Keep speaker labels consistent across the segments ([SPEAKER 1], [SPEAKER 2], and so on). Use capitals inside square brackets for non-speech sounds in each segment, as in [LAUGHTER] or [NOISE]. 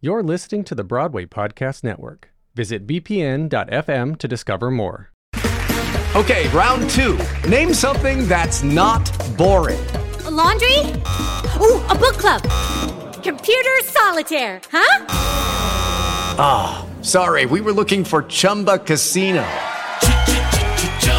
[SPEAKER 1] You're listening to the Broadway Podcast Network. Visit bpn.fm to discover more.
[SPEAKER 2] Okay, round two. Name something that's not boring.
[SPEAKER 3] A laundry? Ooh, a book club. Computer solitaire, huh?
[SPEAKER 2] Sorry, we were looking for Chumba Casino.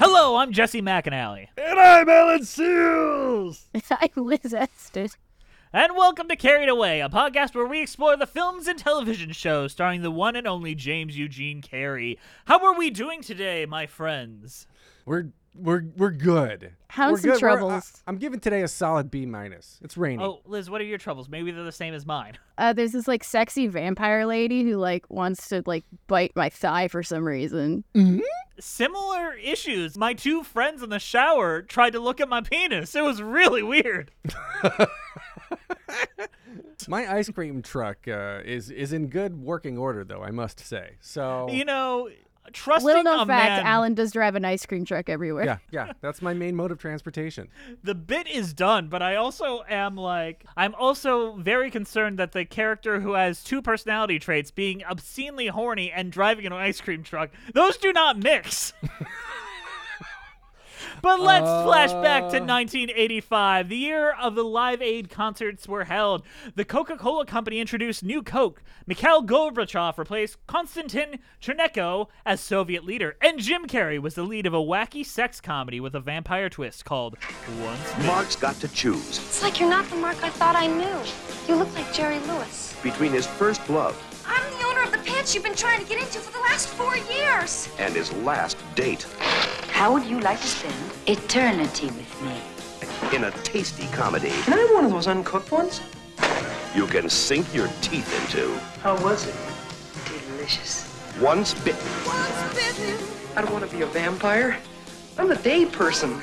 [SPEAKER 4] Hello, I'm Jesse McAnally,
[SPEAKER 5] And I'm Alan Seals.
[SPEAKER 6] [LAUGHS] I'm Liz Estes.
[SPEAKER 4] and welcome to Carried Away, a podcast where we explore the films and television shows starring the one and only James Eugene Carey. How are we doing today, my friends?
[SPEAKER 1] [LAUGHS] We're we're we're good.
[SPEAKER 6] How's
[SPEAKER 1] we're
[SPEAKER 6] the
[SPEAKER 1] good. We're-
[SPEAKER 6] troubles?
[SPEAKER 1] I, am giving today a solid B minus. It's raining.
[SPEAKER 4] Oh, Liz, what are your troubles? Maybe they're the same as mine.
[SPEAKER 6] Uh, there's this like sexy vampire lady who like wants to like bite my thigh for some reason.
[SPEAKER 4] Similar issues. My two friends in the shower tried to look at my penis. It was really weird.
[SPEAKER 1] My ice cream truck uh, is is in good working order, though I must say. So
[SPEAKER 4] You know, trusting
[SPEAKER 6] Little known
[SPEAKER 4] a
[SPEAKER 6] fact:
[SPEAKER 4] man.
[SPEAKER 6] Alan does drive an ice cream truck everywhere.
[SPEAKER 1] yeah, yeah, that's my main mode of transportation.
[SPEAKER 4] the bit is done, but I also am like I'm also very concerned that the character who has two personality traits, being obscenely horny and driving an ice cream truck, those do not mix. [LAUGHS] But let's flash back to 1985, the year of the Live Aid concerts were held. The Coca-Cola Company introduced new Coke. Mikhail Gorbachev replaced Konstantin Chernenko as Soviet leader, and Jim Carrey was the lead of a wacky sex comedy with a vampire twist called Once
[SPEAKER 7] Mark's got to choose
[SPEAKER 8] It's like you're not the Mark I thought I knew. You look like Jerry Lewis.
[SPEAKER 7] between his first love
[SPEAKER 8] I'm the owner of the pants you've been trying to get into for the last four years.
[SPEAKER 7] and his last date
[SPEAKER 8] How would you like to spend eternity with me?
[SPEAKER 7] in a tasty comedy
[SPEAKER 9] Can I have one of those uncooked ones?
[SPEAKER 7] you can sink your teeth into.
[SPEAKER 9] How was it? Delicious.
[SPEAKER 7] Once bitten,
[SPEAKER 9] I don't want to be a vampire. I'm a day person.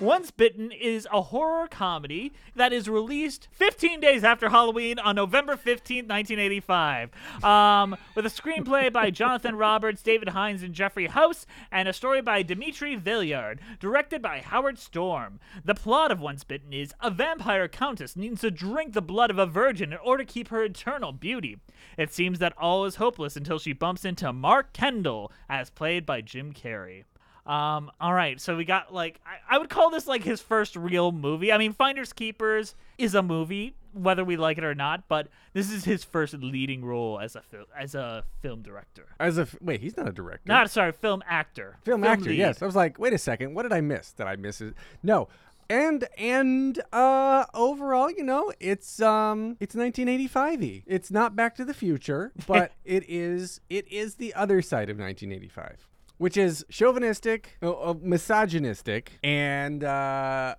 [SPEAKER 4] Once Bitten is a horror comedy that is released 15 days after Halloween on November 15, 1985. Um, with a screenplay by Jonathan Roberts, David Hines, and Jeffrey House, and a story by Dimitri Villiard, directed by Howard Storm. The plot of Once Bitten is a vampire countess needs to drink the blood of a virgin in order to keep her eternal beauty. It seems that all is hopeless until she bumps into Mark Kendall, as played by Jim Carrey. Um, all right, so we got like I, I would call this like his first real movie. I mean, Finders Keepers is a movie, whether we like it or not, but this is his first leading role as a fil- as a film director.
[SPEAKER 1] As if wait, he's not a director.
[SPEAKER 4] Not sorry, film actor.
[SPEAKER 1] film actor.
[SPEAKER 4] lead.
[SPEAKER 1] Yes, I was like, wait a second, what did I miss? Did I miss it? No. And and uh overall, you know, it's um it's 1985y. It's not Back to the
[SPEAKER 4] [LAUGHS]
[SPEAKER 1] Future, but it is it is the other side of 1985. Which is chauvinistic, uh, uh, misogynistic, and uh,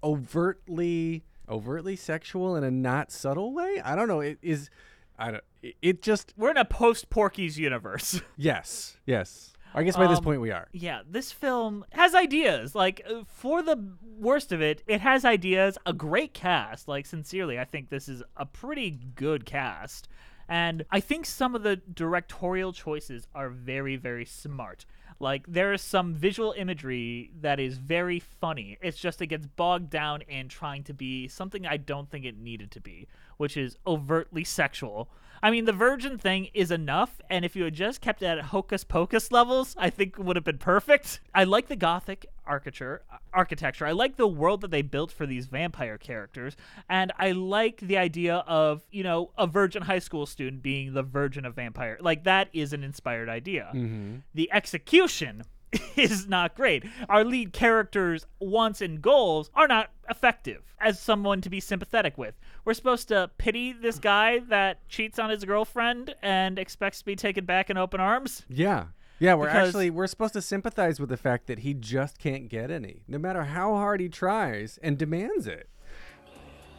[SPEAKER 1] overtly overtly sexual in a not subtle way. I don't know. It is, I don't. It, it just
[SPEAKER 4] We're in a post Porky's universe. [LAUGHS]
[SPEAKER 1] yes, yes. I guess by this
[SPEAKER 4] Um,
[SPEAKER 1] point we are.
[SPEAKER 4] Yeah, this film has ideas. Like, uh, for the worst of it, it has ideas, a great cast. Like, sincerely, I think this is a pretty good cast. And I think some of the directorial choices are very, very smart. Like, there is some visual imagery that is very funny. It's just it gets bogged down in trying to be something I don't think it needed to be, which is overtly sexual. I mean, the virgin thing is enough, and if you had just kept it at hocus pocus levels, I think would have been perfect. I like the gothic architecture. Architecture. I like the world that they built for these vampire characters, and I like the idea of you know a virgin high school student being the virgin of vampire. Like that is an inspired idea.
[SPEAKER 1] Mhm.
[SPEAKER 4] The execution [LAUGHS] is not great. Our lead character's wants and goals are not effective as someone to be sympathetic with. We're supposed to pity this guy that cheats on his girlfriend and expects to be taken back in open arms.
[SPEAKER 1] Yeah. Yeah, we're
[SPEAKER 4] Because-
[SPEAKER 1] actually we're supposed to sympathize with the fact that he just can't get any, no matter how hard he tries and demands it.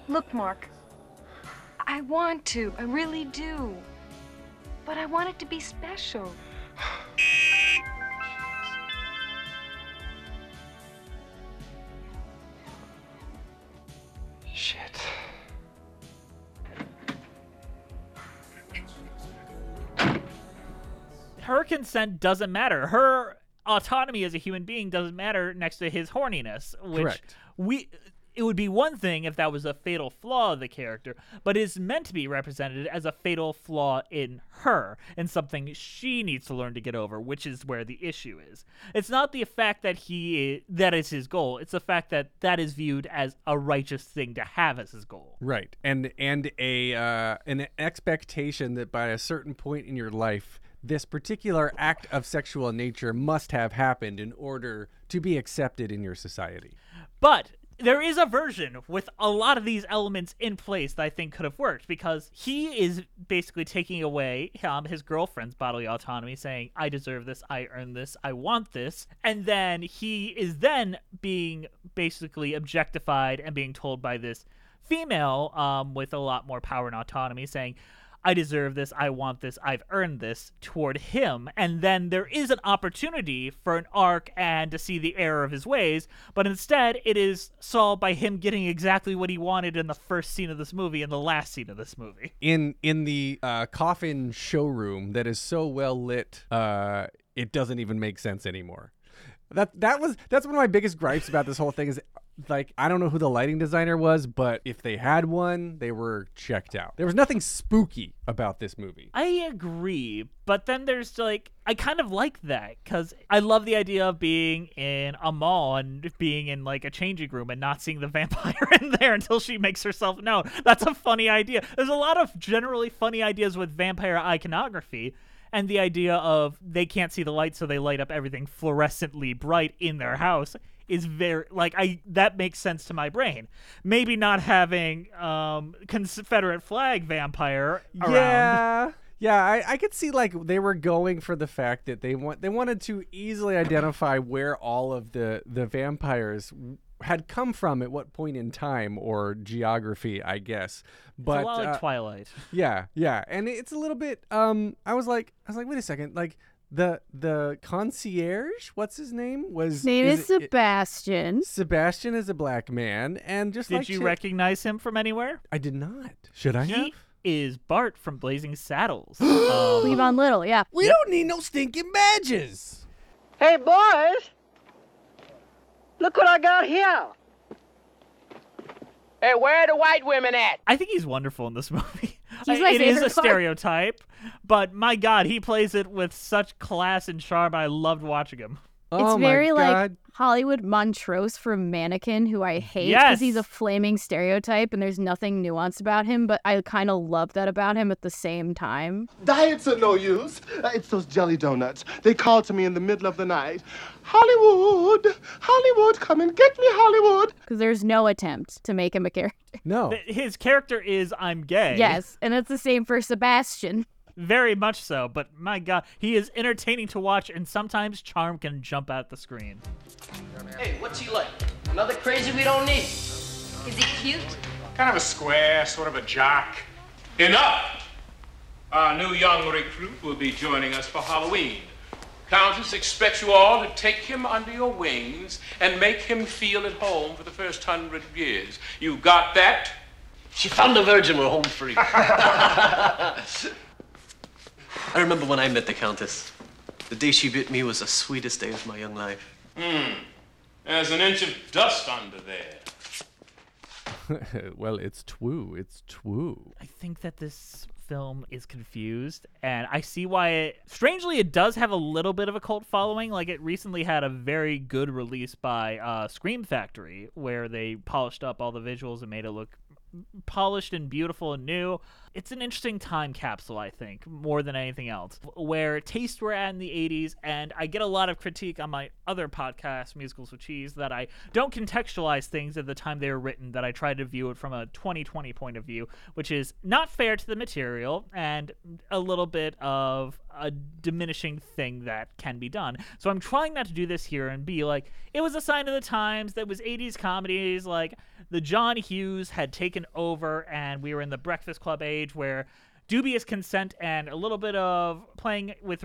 [SPEAKER 8] Look, Mark. I want to. I really do. But I want it to be special.
[SPEAKER 5] Shit.
[SPEAKER 4] Her consent doesn't matter. Her autonomy as a human being doesn't matter next to his horniness, which
[SPEAKER 1] Correct.
[SPEAKER 4] we it would be one thing if that was a fatal flaw of the character, but it's meant to be represented as a fatal flaw in her and something she needs to learn to get over, which is where the issue is. It's not the fact that he that is his goal; it's the fact that that is viewed as a righteous thing to have as his goal.
[SPEAKER 1] Right. And and a uh, an expectation that by a certain point in your life this particular act of sexual nature must have happened in order to be accepted in your society.
[SPEAKER 4] But there is a version with a lot of these elements in place that I think could have worked because he is basically taking away um, his girlfriend's bodily autonomy, saying, I deserve this, I earn this, I want this. And then he is then being basically objectified and being told by this female um, with a lot more power and autonomy, saying, I deserve this, I want this, I've earned this toward him. And then there is an opportunity for an arc and to see the error of his ways, but instead it is solved by him getting exactly what he wanted in the first scene of this movie and the last scene of this movie.
[SPEAKER 1] In in the uh, coffin showroom that is so well lit, uh, it doesn't even make sense anymore. That that was that's one of my biggest gripes about this whole thing is like I don't know who the lighting designer was, but if they had one, they were checked out. There was nothing spooky about this movie.
[SPEAKER 4] I agree, but then there's like I kind of like that because I love the idea of being in a mall and being in like a changing room and not seeing the [LAUGHS] vampire in there until she makes herself known. That's a funny idea. There's a lot of generally funny ideas with vampire iconography. And the idea of they can't see the light, so they light up everything fluorescently bright in their house is very like I that makes sense to my brain. Maybe not having um, Confederate flag vampire around.
[SPEAKER 1] Yeah. Yeah, I, I could see like they were going for the fact that they want they wanted to easily identify where all of the the vampires w- had come from at what point in time or geography, I guess. But
[SPEAKER 4] it's a lot
[SPEAKER 1] uh,
[SPEAKER 4] like Twilight.
[SPEAKER 1] yeah, yeah, and it's a little bit. Um, I was like, I was like, wait a second, like the the concierge, what's his name? Was
[SPEAKER 6] His name is,
[SPEAKER 1] it- it-
[SPEAKER 4] [GASPS]
[SPEAKER 6] Sebastian.
[SPEAKER 1] Sebastian is a black man, and just
[SPEAKER 4] Did
[SPEAKER 1] like
[SPEAKER 4] you
[SPEAKER 1] Chi-
[SPEAKER 4] recognize him from anywhere?
[SPEAKER 1] I did not. Should I
[SPEAKER 4] He
[SPEAKER 1] have?
[SPEAKER 4] is Bart from Blazing Saddles. um,
[SPEAKER 6] Levon Little, yeah.
[SPEAKER 1] We don't need no stinking badges.
[SPEAKER 10] Hey, boys! Look what I got here! Hey, where are the white women at?
[SPEAKER 4] I think he's wonderful in this [LAUGHS] movie.
[SPEAKER 10] He's
[SPEAKER 4] I-
[SPEAKER 10] my
[SPEAKER 4] it is a
[SPEAKER 10] favorite part.
[SPEAKER 4] stereotype, but my God, he plays it with such class and charm. I loved watching him.
[SPEAKER 1] Oh
[SPEAKER 6] it's very like Hollywood Montrose from Mannequin, who I hate because
[SPEAKER 4] Yes.
[SPEAKER 6] he's a flaming stereotype and there's nothing nuanced about him, but I kind of love that about him at the same time.
[SPEAKER 11] Diets are no use. Uh, It's those jelly donuts. They call to me in the middle of the night. Hollywood, Hollywood, come and get me, Hollywood.
[SPEAKER 6] Because there's no attempt to make him a character.
[SPEAKER 1] No.
[SPEAKER 4] Th- His character is I'm gay.
[SPEAKER 6] Yes, and it's the same for Sebastian.
[SPEAKER 4] Very much so, but my God, he is entertaining to watch, and sometimes charm can jump out the screen.
[SPEAKER 12] Hey, what's he like? Another crazy we don't need.
[SPEAKER 8] Is he cute?
[SPEAKER 13] Kind of a square, sort of a jock. Enough! Our new young recruit will be joining us for Halloween. Countess expects you all to take him under your wings and make him feel at home for the first hundred years. You got that?
[SPEAKER 12] She found a virgin. We're home free. I remember when I met the Countess. The day she bit me was the sweetest day of my young life.
[SPEAKER 13] Hmm. There's an inch of dust under there.
[SPEAKER 1] [LAUGHS] well, it's twoo. It's twoo.
[SPEAKER 4] I think that this film is confused and I see why it strangely it does have a little bit of a cult following like it recently had a very good release by uh, Scream Factory where they polished up all the visuals and made it look polished and beautiful and new. It's an interesting time capsule, I think, more than anything else, where tastes were at in the 80s. And I get a lot of critique on my other podcast, Musicals with Cheese, that I don't contextualize things at the time they were written, that I try to view it from a 2020 point of view, which is not fair to the material and a little bit of a diminishing thing that can be done. So I'm trying not to do this here and be like, it was a sign of the times that was 80s comedies. Like the John Hughes had taken over, and we were in the Breakfast Club age where dubious consent and a little bit of playing with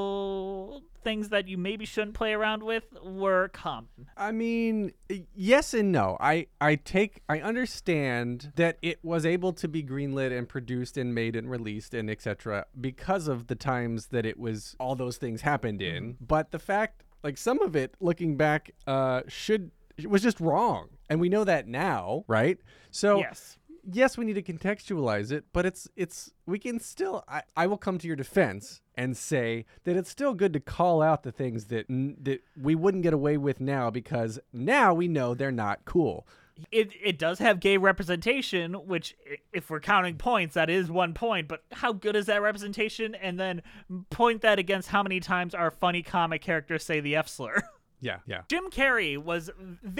[SPEAKER 4] racial things that you maybe shouldn't play around with were common.
[SPEAKER 1] I mean, y- yes and no. I I take I understand that it was able to be greenlit and produced and made and released and etc. because of the times that it was all those things happened in. But the fact like some of it looking back uh should was just wrong. And we know that now, right? So
[SPEAKER 4] Yes.
[SPEAKER 1] yes we need to contextualize it but it's it's we can still i, I will come to your defense and say that it's still good to call out the things that n- that we wouldn't get away with now because now we know they're not cool
[SPEAKER 4] It it does have gay representation, which i- if we're counting points, that is one point. But how good is that representation? And then point that against how many times our funny comic characters say the f slur. [LAUGHS]
[SPEAKER 1] yeah yeah
[SPEAKER 4] Jim Carrey was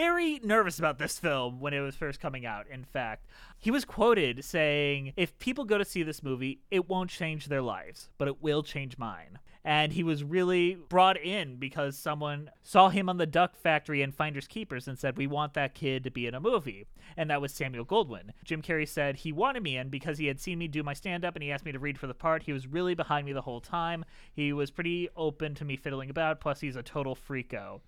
[SPEAKER 4] very nervous about this film when it was first coming out. In fact, he was quoted saying, If people go to see this movie, it won't change their lives, but it will change mine. And he was really brought in because someone saw him on the Duck Factory and Finders Keepers and said, We want that kid to be in a movie. And that was Samuel Goldwyn. Jim Carrey said he wanted me in because he had seen me do my stand up and he asked me to read for the part. He was really behind me the whole time. He was pretty open to me fiddling about, plus, he's a total freako.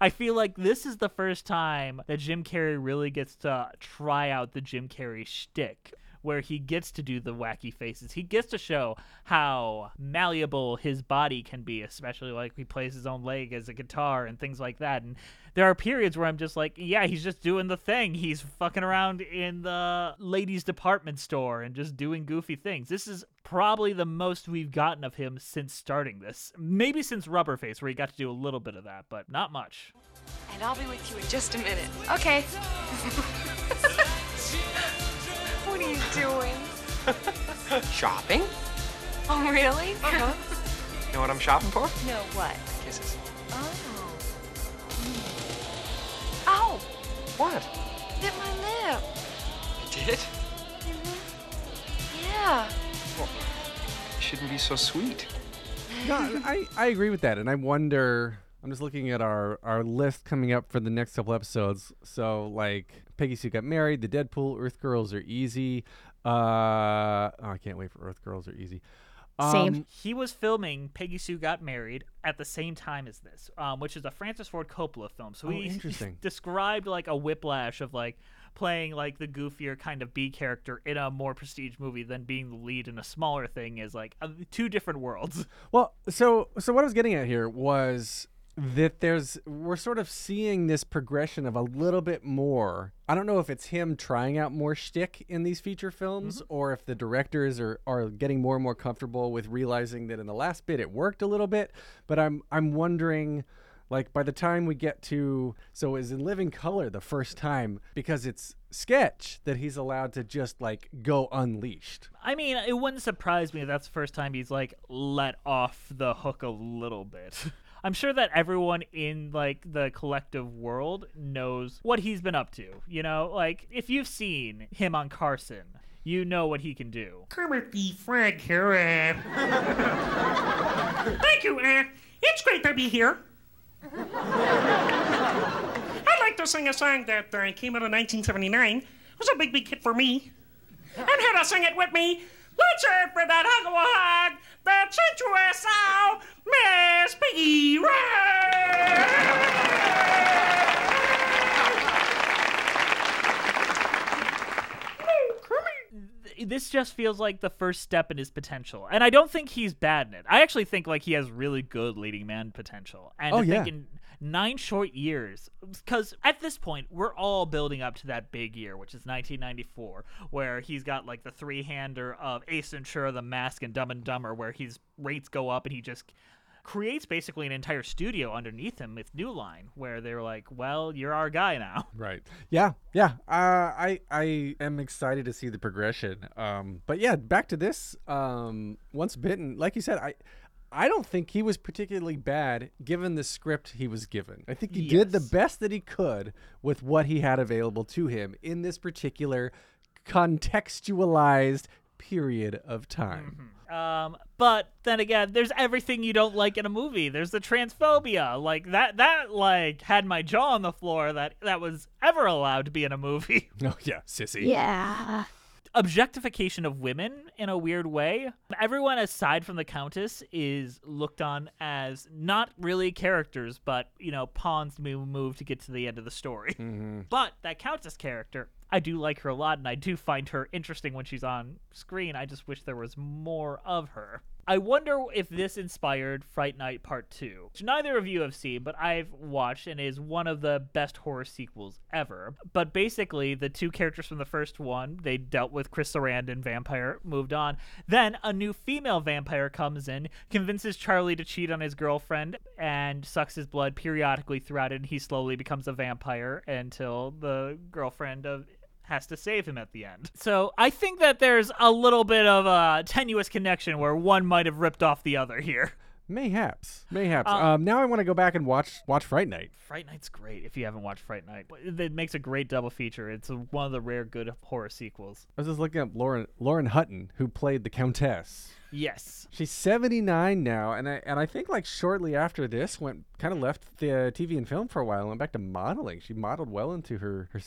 [SPEAKER 4] I feel like this is the first time that Jim Carrey really gets to try out the Jim Carrey shtick. Where he gets to do the wacky faces. He gets to show how malleable his body can be, especially like he plays his own leg as a guitar and things like that. And there are periods where I'm just like, yeah, he's just doing the thing. He's fucking around in the ladies' department store and just doing goofy things. This is probably the most we've gotten of him since starting this. Maybe since Rubberface, where he got to do a little bit of that, but not much.
[SPEAKER 9] And I'll be with you in just a minute.
[SPEAKER 8] Okay.
[SPEAKER 9] [LAUGHS] What are you doing?
[SPEAKER 7] [LAUGHS] Shopping?
[SPEAKER 9] Oh, really? Uh-huh. [LAUGHS]
[SPEAKER 7] You know what I'm shopping for?
[SPEAKER 9] no, what?
[SPEAKER 7] Kisses.
[SPEAKER 9] Oh. Ow!
[SPEAKER 7] What?
[SPEAKER 9] Oh. Bit my lip.
[SPEAKER 7] You did?
[SPEAKER 9] Mm-hmm. Yeah.
[SPEAKER 7] You shouldn't be so sweet.
[SPEAKER 1] no, I, I agree with that. And I wonder, I'm just looking at our, our list coming up for the next couple episodes. So, like, Peggy Sue Got Married, The Deadpool, Earth Girls Are Easy. Uh, oh, I can't wait for Earth Girls Are Easy. Um,
[SPEAKER 4] He was filming Peggy Sue Got Married at the same time as this, um, which is a Francis Ford Coppola film. So
[SPEAKER 1] Oh,
[SPEAKER 4] he
[SPEAKER 1] interesting.
[SPEAKER 4] described like a whiplash of like playing like the goofier kind of B character in a more prestige movie than being the lead in a smaller thing is like uh, two different worlds.
[SPEAKER 1] Well, so so what I was getting at here was that there's we're sort of seeing this progression of a little bit more. I don't know if it's him trying out more shtick in these feature films, or if the directors are are getting more and more comfortable with realizing that in the last bit it worked a little bit. But I'm I'm wondering. Like by the time we get to so is in living color the first time because it's sketch that he's allowed to just like go unleashed.
[SPEAKER 4] I mean, it wouldn't surprise me if that's the first time he's like let off the hook a little bit. [LAUGHS] I'm sure that everyone in like the collective world knows what he's been up to. You know, like if you've seen him on Carson, you know what he can do.
[SPEAKER 5] Kermit the Frog here. uh. Thank you. Uh, it's great to be here. [LAUGHS] I'd like to sing a song that uh, came out in 1979. It was a big, big hit for me. And here to sing it with me, let's hear it for that hug of a hug, that sensuous owl, Miss Piggy Ray.
[SPEAKER 4] This just feels like the first step in his potential. And I don't think he's bad in it. I actually think like he has really good leading man potential. And
[SPEAKER 1] Oh,
[SPEAKER 4] I think
[SPEAKER 1] yeah.
[SPEAKER 4] in nine short years. Because at this point, we're all building up to that big year, which is 1994, where he's got like the three hander of Ace Ventura, The Mask, and Dumb and Dumber, where his rates go up and he just creates basically an entire studio underneath him with New Line, where they're like, well, you're our guy now.
[SPEAKER 1] Right. Yeah, yeah. Uh, I I am excited to see the progression. Um, but yeah, back to this. Um, once bitten, like you said, I I don't think he was particularly bad given the script he was given. I think he did the best that he could with what he had available to him in this particular contextualized period of time.
[SPEAKER 4] Um, but then again, there's everything you don't like in a movie. There's the transphobia, like that. That like had my jaw on the floor. That that was ever allowed to be in a movie. [LAUGHS]
[SPEAKER 1] [LAUGHS] Oh yeah, sissy.
[SPEAKER 6] Yeah.
[SPEAKER 4] Objectification of women in a weird way. Everyone aside from the Countess is looked on as not really characters, but you know pawns to be moved to get to the end of the story. But that Countess character, I do like her a lot, and I do find her interesting when she's on screen. I just wish there was more of her. I wonder if this inspired Fright Night Part 2, which neither of you have seen, but I've watched and is one of the best horror sequels ever. But basically, the two characters from the first one, they dealt with Chris Sarandon, vampire, moved on. Then a new female vampire comes in, convinces Charlie to cheat on his girlfriend, and sucks his blood periodically throughout it, and he slowly becomes a vampire until the girlfriend of has to save him at the end. So I think that there's a little bit of a tenuous connection where one might have ripped off the other here.
[SPEAKER 1] Mayhaps, mayhaps.
[SPEAKER 4] Um,
[SPEAKER 1] um, now I want to go back and watch watch Fright Night.
[SPEAKER 4] Fright Night's great if you haven't watched Fright Night. It makes a great double feature. It's one of the rare good horror sequels.
[SPEAKER 1] I was just looking up Lauren Lauren Hutton, who played the Countess.
[SPEAKER 4] Yes.
[SPEAKER 1] She's 79 now, and I and I think like shortly after this went kind of left the uh, TV and film for a while and went back to modeling. She modeled well into her her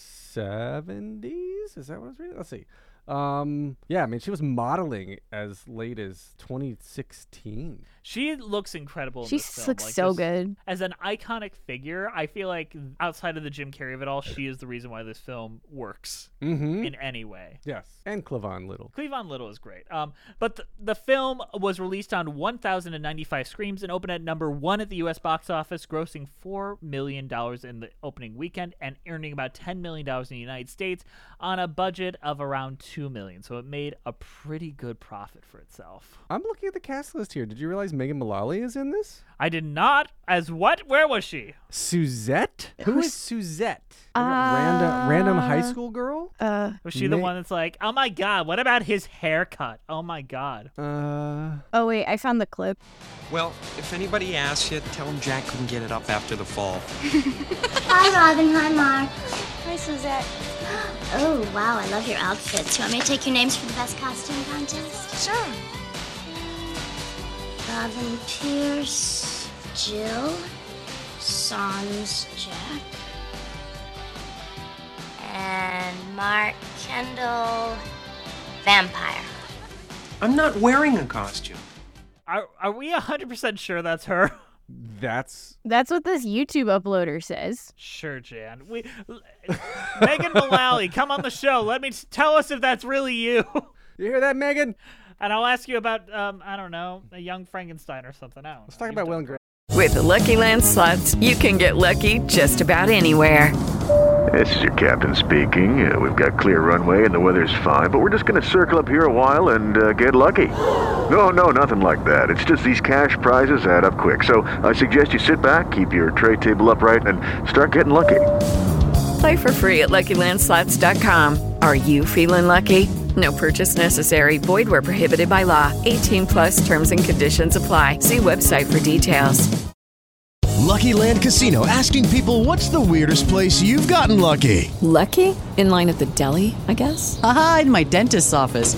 [SPEAKER 1] 70s. Is that what I was reading? Let's see. Um, yeah, I mean she was modeling as late as 2016.
[SPEAKER 4] She looks incredible. in
[SPEAKER 6] She
[SPEAKER 4] this film.
[SPEAKER 6] looks
[SPEAKER 4] Like,
[SPEAKER 6] so
[SPEAKER 4] this-
[SPEAKER 6] good.
[SPEAKER 4] As an iconic figure, I feel like outside of the Jim Carrey of it all, she is the reason why this film works
[SPEAKER 1] Mhm.
[SPEAKER 4] in any way.
[SPEAKER 1] Yes, and Clavon Little.
[SPEAKER 4] Cleavon Little is great. Um, but the, the film was released on 1,095 screens and opened at number one at the U.S. box office, grossing $4 million in the opening weekend and earning about $10 million in the United States on a budget of around $2 million. So it made a pretty good profit for itself.
[SPEAKER 1] I'm looking at the cast list here. Did you realize Megan Mullally is in this?
[SPEAKER 4] I did not. As what? Where was she?
[SPEAKER 1] Suzette? Who is Suzette?
[SPEAKER 4] Uh,
[SPEAKER 1] random random high school girl?
[SPEAKER 6] Uh,
[SPEAKER 4] Was she the
[SPEAKER 1] Ma-
[SPEAKER 4] one that's like, oh my God, what about his haircut? Oh my God.
[SPEAKER 1] Uh.
[SPEAKER 6] Oh wait, I found the clip.
[SPEAKER 7] Well, if anybody asks you, tell them Jack couldn't get it up after the fall.
[SPEAKER 14] Hi, Robin. Hi, Mark. Hi, Suzette. Oh, wow. I love your outfits. You want me to take your names for the best costume contest? Sure. Robin Pierce, Jill, Sans Jack, and Mark Kendall, Vampire.
[SPEAKER 7] I'm not wearing a costume.
[SPEAKER 4] Are, are we 100% sure that's her? [LAUGHS]
[SPEAKER 1] That's
[SPEAKER 6] That's what this YouTube uploader says.
[SPEAKER 4] Sure, Jan. We [LAUGHS] Megan Mullally, come on the show. Let me tell us if that's really you. [LAUGHS]
[SPEAKER 1] You hear that, Megan?
[SPEAKER 4] And I'll ask you about um, I don't know, a young Frankenstein or something. I don't know.
[SPEAKER 1] Let's talk about Will and Grace.
[SPEAKER 15] With the Lucky Land slots, you can get lucky just about anywhere.
[SPEAKER 16] This is your captain speaking. Uh, we've got clear runway and the weather's fine, but we're just going to circle up here a while and uh, get lucky. No, no, nothing like that. It's just these cash prizes add up quick. So I suggest you sit back, keep your tray table upright, and start getting lucky.
[SPEAKER 15] Play for free at LuckyLandSlots.com. Are you feeling lucky? No purchase necessary. Void where prohibited by law. 18 plus terms and conditions apply. See website for details.
[SPEAKER 2] Lucky Land Casino asking people what's the weirdest place you've gotten lucky?
[SPEAKER 17] Lucky? In line at the deli, I guess? Aha, in my dentist's office.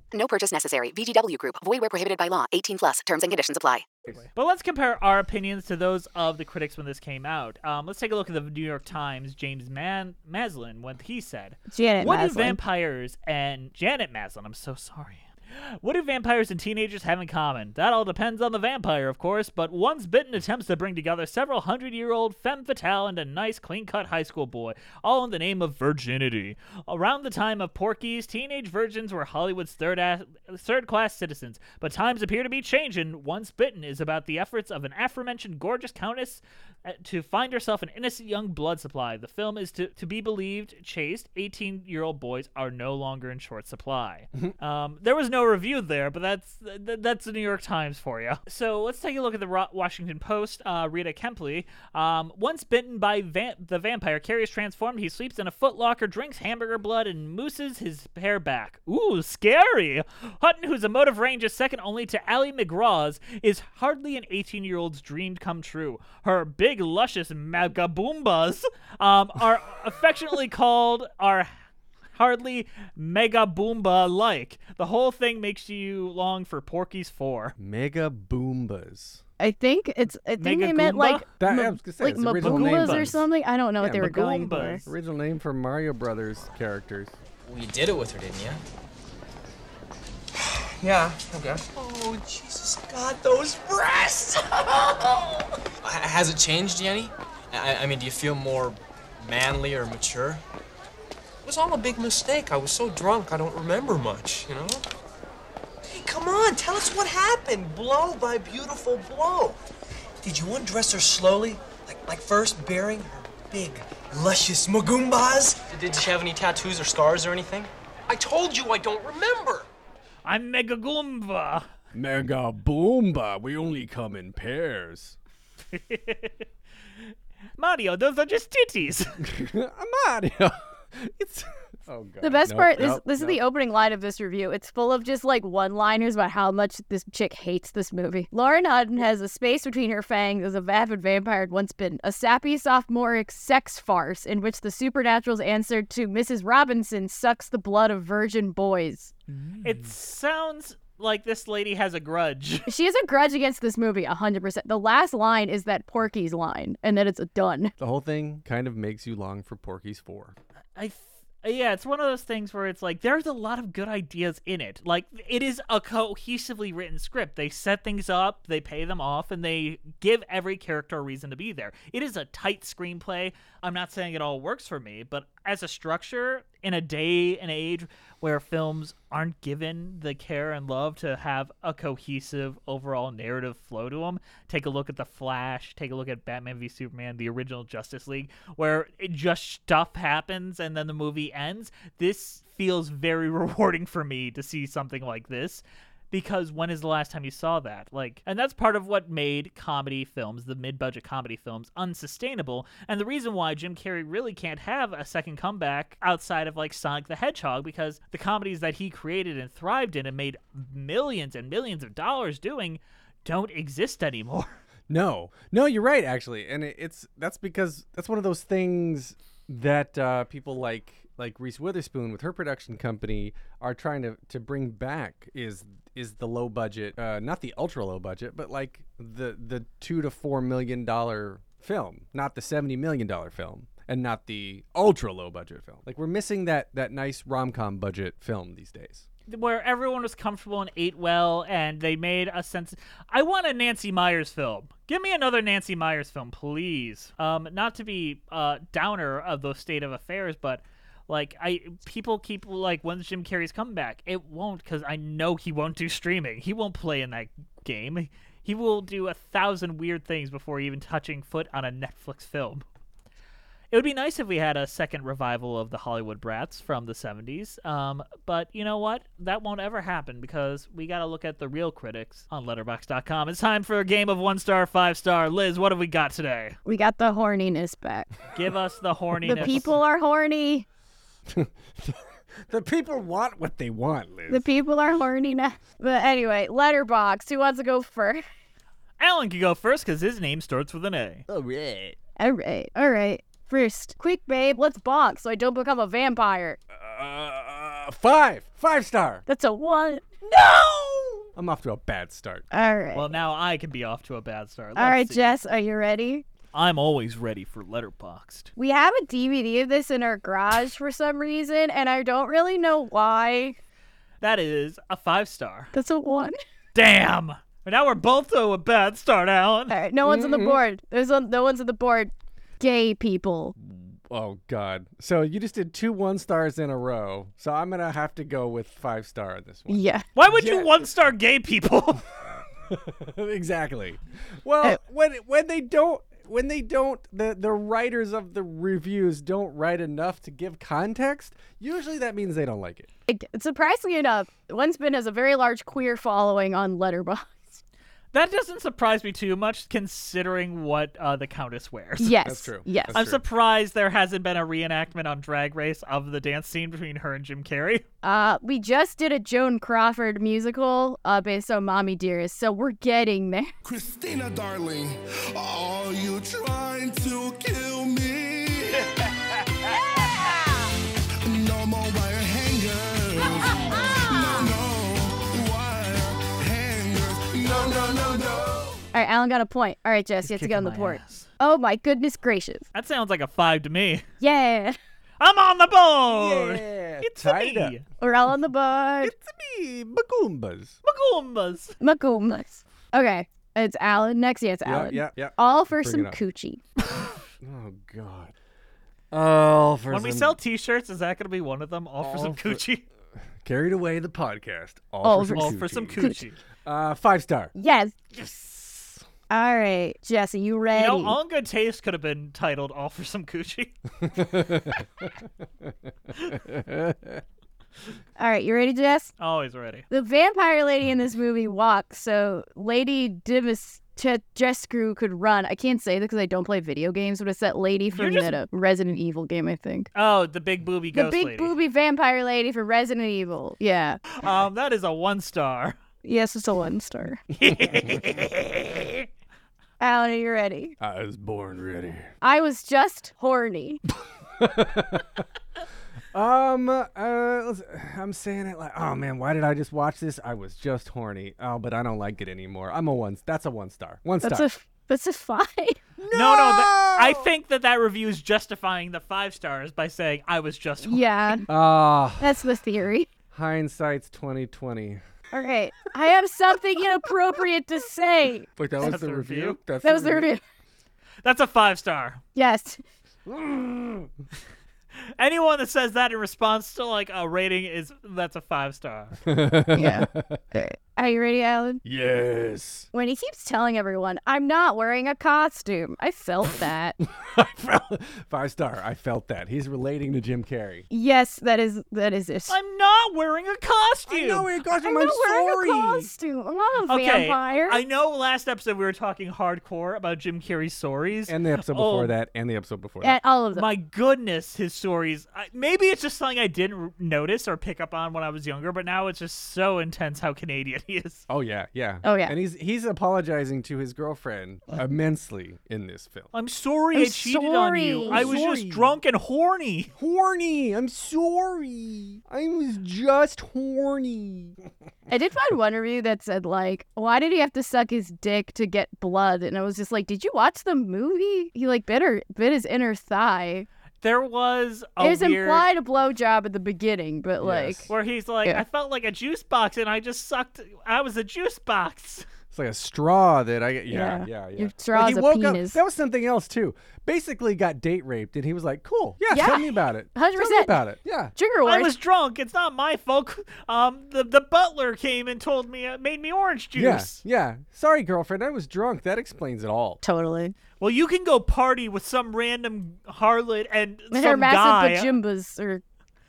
[SPEAKER 18] No purchase necessary. VGW Group. Void where prohibited by law. 18 plus. Terms and conditions apply.
[SPEAKER 4] But let's compare our opinions to those of the critics when this came out. Um, let's take a look at the New York Times, James Man- Maslin, what he said.
[SPEAKER 6] Janet
[SPEAKER 4] What do
[SPEAKER 6] Maslin.
[SPEAKER 4] vampires and Janet Maslin? I'm so sorry. What do vampires and teenagers have in common? That all depends on the vampire, of course, but once bitten attempts to bring together several hundred year old femme fatale and a nice, clean cut high school boy, all in the name of virginity. Around the time of Porky's, teenage virgins were Hollywood's third, a- third class citizens, but times appear to be changing. Once bitten is about the efforts of an aforementioned gorgeous countess uh, to find herself an innocent young blood supply. The film is to, to be believed chaste. 18 year old boys are no longer in short supply. Um, there was no review there, but that's th- th- that's the New York Times for you. So let's take a look at the Ro- Washington Post. Uh, Rita Kempley, um, once bitten by va- the vampire, Carrie is transformed. He sleeps in a footlocker, drinks hamburger blood, and mooses his hair back. Ooh, scary! Hutton, whose emotive range is second only to Allie McGraw's, is hardly an 18-year-old's dream come true. Her big, luscious magabumbas um, are [LAUGHS] affectionately called our hardly mega boomba like. The whole thing makes you long for Porky's 4.
[SPEAKER 1] Mega Boombas.
[SPEAKER 6] I think it's. I think they meant
[SPEAKER 1] Megagoomba?
[SPEAKER 6] like
[SPEAKER 1] That-
[SPEAKER 6] ma-
[SPEAKER 1] I was gonna say,
[SPEAKER 6] like
[SPEAKER 1] it's the original name.
[SPEAKER 6] Magoombas or something. I don't know what
[SPEAKER 1] Yeah,
[SPEAKER 6] they were going for.
[SPEAKER 1] Magoombas. Original name for Mario Brothers characters.
[SPEAKER 19] Well, you did it with her, didn't you?
[SPEAKER 7] Yeah, okay.
[SPEAKER 19] Oh, Jesus God, those breasts! [LAUGHS] Has it changed, Jenny? I, I mean, do you feel more manly or mature?
[SPEAKER 7] It was all a big mistake. I was so drunk I don't remember much, you know?
[SPEAKER 19] Hey, come on, tell us what happened. Blow by beautiful blow. Did you undress her slowly? Like, like first bearing her big, luscious magumbas?
[SPEAKER 7] Did she have any tattoos or scars or anything? I told you I don't remember.
[SPEAKER 4] I'm Mega Goomba.
[SPEAKER 1] Mega Boomba. We only come in [LAUGHS] pairs.
[SPEAKER 4] Mario, those are just titties.
[SPEAKER 1] Mario. it's. Oh, God.
[SPEAKER 6] The best
[SPEAKER 1] Nope,
[SPEAKER 6] part is
[SPEAKER 1] nope,
[SPEAKER 6] this is the
[SPEAKER 1] nope.
[SPEAKER 6] opening line of this review. It's full of just like one-liners about how much this chick hates this movie. Lauren Hutton has a space between her fangs as a vapid vampire had once been a sappy sophomoric sex farce in which the supernatural's answer to Mrs. Robinson sucks the blood of virgin boys.
[SPEAKER 4] it sounds like this lady has a grudge.
[SPEAKER 6] She has a grudge against this movie, 100%. The last line is that Porky's line, and then it's done.
[SPEAKER 1] The whole thing kind of makes you long for Porky's 4.
[SPEAKER 4] I th- yeah, it's one of those things where it's like there's a lot of good ideas in it. Like it is a cohesively written script. They set things up, they pay them off, and they give every character a reason to be there. It is a tight screenplay. I'm not saying it all works for me, but as a structure in a day and age where films aren't given the care and love to have a cohesive overall narrative flow to them. Take a look at The Flash, take a look at Batman v Superman, the original Justice League, where it just stuff happens and then the movie ends. This feels very [LAUGHS] rewarding for me to see something like this because when is the last time you saw that like and that's part of what made comedy films the mid-budget comedy films unsustainable and the reason why jim carrey really can't have a second comeback outside of like sonic the hedgehog because the comedies that he created and thrived in and made millions and millions of dollars doing don't exist anymore [LAUGHS]
[SPEAKER 1] No, no, you're right actually, and it, it's that's because that's one of those things that uh, people like like Reese Witherspoon with her production company are trying to to bring back is is the low budget, uh, not the ultra low budget, but like the the two to four million dollar film, not the seventy million dollar film, and not the ultra low budget film. Like we're missing that that nice rom com budget film these days.
[SPEAKER 4] where everyone was comfortable and ate well, and they made a sense. I want a Nancy Myers film. Give me another Nancy Myers film, please. Um, not to be uh downer of the state of affairs, but like I people keep like when's Jim Carrey's comeback? It won't because I know he won't do streaming. He won't play in that game. He will do a thousand weird things before even touching foot on a Netflix film. It would be nice if we had a second revival of the Hollywood Brats from the 70s, um, but you know what? That won't ever happen because we got to look at the real critics on letterbox.com. It's time for a game of one star, five star. Liz, what have we got today?
[SPEAKER 6] We got the horniness back.
[SPEAKER 4] Give us
[SPEAKER 6] [LAUGHS]
[SPEAKER 4] the horniness.
[SPEAKER 6] The people are horny.
[SPEAKER 1] The people want what they want, Liz.
[SPEAKER 6] The people are horny now. But anyway, letterbox. Who wants to go first?
[SPEAKER 4] Alan can go first because his name starts with an A. All right.
[SPEAKER 6] All right, all right. First, quick, babe, let's bonk so I don't become a vampire.
[SPEAKER 1] Uh, five, five star.
[SPEAKER 6] That's a one.
[SPEAKER 1] I'm off to a bad start.
[SPEAKER 6] All right.
[SPEAKER 4] Well, now I can be off to a bad start.
[SPEAKER 6] all
[SPEAKER 4] Let's
[SPEAKER 6] right,
[SPEAKER 4] see.
[SPEAKER 6] Jess, are you ready?
[SPEAKER 4] I'm always ready for Letterboxd.
[SPEAKER 6] We have a DVD of this in our garage for some reason, and I don't really know why.
[SPEAKER 4] That is a five star.
[SPEAKER 6] That's a one.
[SPEAKER 4] Damn. But now we're both to a bad start, Alan.
[SPEAKER 6] All right, no one's on the board. There's no- no one's on the board. Gay people.
[SPEAKER 1] Oh God! So you just did two one stars in a row. So I'm gonna have to go with five star on this one. [LAUGHS]
[SPEAKER 6] Yeah.
[SPEAKER 4] Why would you one star gay people? [LAUGHS]
[SPEAKER 1] exactly. Well, when when they don't when they don't the the writers of the reviews don't write enough to give context, usually that means they don't like it.
[SPEAKER 6] Like, Surprisingly enough, Onesbin has a very large queer following on Letterboxd.
[SPEAKER 4] That doesn't surprise me too much, considering what uh, the Countess wears.
[SPEAKER 6] Yes, That's true. yes. That's
[SPEAKER 4] I'm
[SPEAKER 6] true.
[SPEAKER 4] surprised there hasn't been a reenactment on Drag Race of the dance scene between her and Jim Carrey.
[SPEAKER 6] Uh, we just did a Joan Crawford musical uh, based on Mommy Dearest, so we're getting there.
[SPEAKER 20] Christina, darling, are you trying to kill me? No more wire hangers. no, no wire hangers. No, no, no, no.
[SPEAKER 6] All right, Alan got a point. All right, Jess, you have to get on the board. Oh my goodness gracious!
[SPEAKER 4] That sounds like a five to me.
[SPEAKER 6] Yeah, [LAUGHS]
[SPEAKER 4] I'm on the board.
[SPEAKER 1] Yeah,
[SPEAKER 4] it's
[SPEAKER 1] [LAUGHS] tied up.
[SPEAKER 4] me.
[SPEAKER 6] we're all on the board.
[SPEAKER 1] It's me, Magoombas.
[SPEAKER 4] Magoombas.
[SPEAKER 6] Magoombas. Okay, it's Alan. Next, yeah, it's
[SPEAKER 1] Yeah,
[SPEAKER 6] Alan.
[SPEAKER 1] yeah, yeah.
[SPEAKER 6] All for
[SPEAKER 1] Bring it
[SPEAKER 6] some
[SPEAKER 1] up.
[SPEAKER 6] coochie.
[SPEAKER 1] Oh God. Oh, for
[SPEAKER 4] When we
[SPEAKER 1] some-
[SPEAKER 4] sell T-shirts, is that going to be one of them? All, for
[SPEAKER 1] All
[SPEAKER 4] some
[SPEAKER 1] for-
[SPEAKER 4] coochie.
[SPEAKER 1] carried away the podcast. All, [LAUGHS]
[SPEAKER 4] All
[SPEAKER 1] for, some
[SPEAKER 4] for- Oh, All for some coochie.
[SPEAKER 1] Uh, five star.
[SPEAKER 6] Yes. All right, Jesse, you
[SPEAKER 4] You
[SPEAKER 6] ready?
[SPEAKER 4] know, all in good taste could have been titled "All for some coochie." [LAUGHS]
[SPEAKER 6] all right, you ready, Jess?
[SPEAKER 4] Always ready.
[SPEAKER 6] The vampire lady in this movie walks, so Lady Dimas Jescrew could run. I can't say that because I don't play video games, but it's that lady from
[SPEAKER 4] just-
[SPEAKER 6] that uh, Resident Evil game, I think.
[SPEAKER 4] Oh, the big booby
[SPEAKER 6] The
[SPEAKER 4] ghost
[SPEAKER 6] big
[SPEAKER 4] lady.
[SPEAKER 6] booby vampire lady from Resident Evil. Yeah.
[SPEAKER 4] um, that is a one star.
[SPEAKER 6] Yes, it's a one star. Alan, are you ready?
[SPEAKER 1] I was born ready.
[SPEAKER 6] I was just horny.
[SPEAKER 1] Um, uh, let's- [SIGHS] I'm saying it like, oh man, why did I just watch this? I was just horny. Oh, but I don't like it anymore. I'm a one. That's a one star. One
[SPEAKER 6] That's a
[SPEAKER 1] star.
[SPEAKER 6] f- that's a five. [LAUGHS]
[SPEAKER 4] No, no. That, I think that that review is justifying the five stars by saying I was just.
[SPEAKER 6] Yeah,
[SPEAKER 1] Ah,
[SPEAKER 6] that's the theory.
[SPEAKER 1] hindsight's 2020.
[SPEAKER 6] All right, I have something inappropriate to say.
[SPEAKER 1] Wait, that was
[SPEAKER 4] That's
[SPEAKER 1] the
[SPEAKER 4] the
[SPEAKER 1] review.
[SPEAKER 4] review?
[SPEAKER 1] That's
[SPEAKER 6] That was the review.
[SPEAKER 4] [LAUGHS] That's a five star.
[SPEAKER 6] Yes.
[SPEAKER 4] Anyone that says that in response to like a rating is that's a five star.
[SPEAKER 6] yeah. Are you ready, Alan?
[SPEAKER 1] [GASPS] Yes. [LAUGHS]
[SPEAKER 6] When he keeps telling everyone, I'm not wearing a costume, I felt that.
[SPEAKER 1] Five star. I felt that. He's relating to Jim Carrey.
[SPEAKER 6] yes, that is that is it.
[SPEAKER 4] I'm not wearing a costume.
[SPEAKER 1] I'm not wearing a costume.
[SPEAKER 6] I'm
[SPEAKER 1] I'm
[SPEAKER 6] not wearing
[SPEAKER 1] sorry.
[SPEAKER 6] a costume. I'm not a
[SPEAKER 4] Okay,
[SPEAKER 6] vampire.
[SPEAKER 4] I know last episode we were talking hardcore about Jim Carrey's stories.
[SPEAKER 1] And the episode before
[SPEAKER 4] Oh,
[SPEAKER 1] that, and the episode before
[SPEAKER 6] Yeah,
[SPEAKER 1] that.
[SPEAKER 6] all of them.
[SPEAKER 4] [LAUGHS] My goodness, his stories. I, maybe it's just something I didn't r- notice or pick up on when I was younger, but now it's just so intense how Canadian [LAUGHS] he is.
[SPEAKER 1] Oh yeah, yeah.
[SPEAKER 6] Oh, yeah.
[SPEAKER 1] And he's he's apologizing to his girlfriend immensely in this film.
[SPEAKER 4] I'm sorry
[SPEAKER 1] I'm
[SPEAKER 4] I cheated on you.
[SPEAKER 1] sorry.
[SPEAKER 4] I was
[SPEAKER 1] Sorry.
[SPEAKER 4] just drunk and horny.
[SPEAKER 1] Horny. I'm sorry. I was just horny.
[SPEAKER 6] I did find one review that said like, "Why did he have to suck his dick to get blood?" And I was just like, "Did you watch the movie? He like bit her bit his inner thigh."
[SPEAKER 4] There was a
[SPEAKER 6] There's
[SPEAKER 4] weird
[SPEAKER 6] implied a blowjob at the beginning, but like
[SPEAKER 4] where he's like,
[SPEAKER 6] Yeah.
[SPEAKER 4] I felt like a juice box, and I just sucked. I was a juice box.
[SPEAKER 1] It's like a straw that I get. Yeah, yeah,
[SPEAKER 4] Yeah.
[SPEAKER 1] yeah.
[SPEAKER 4] Your
[SPEAKER 1] Like,
[SPEAKER 4] straw's
[SPEAKER 1] he
[SPEAKER 4] a
[SPEAKER 1] woke up-
[SPEAKER 4] penis.
[SPEAKER 1] That was something else too. Basically, got date raped, and he was like, "Cool, yeah,
[SPEAKER 4] Yeah.
[SPEAKER 1] tell me about it. Tell me
[SPEAKER 4] 100%.
[SPEAKER 1] about it. Yeah,
[SPEAKER 4] [LAUGHS] I was drunk. It's not my fault. [LAUGHS] Um, the the butler came and told me, uh, made me orange juice.
[SPEAKER 1] yeah, yeah. Sorry, girlfriend, I was drunk. That explains it all.
[SPEAKER 6] Totally.
[SPEAKER 4] Well, you can go party with some random harlot and
[SPEAKER 6] With
[SPEAKER 4] some
[SPEAKER 6] her
[SPEAKER 4] guy. uh,
[SPEAKER 6] massive bajumbas or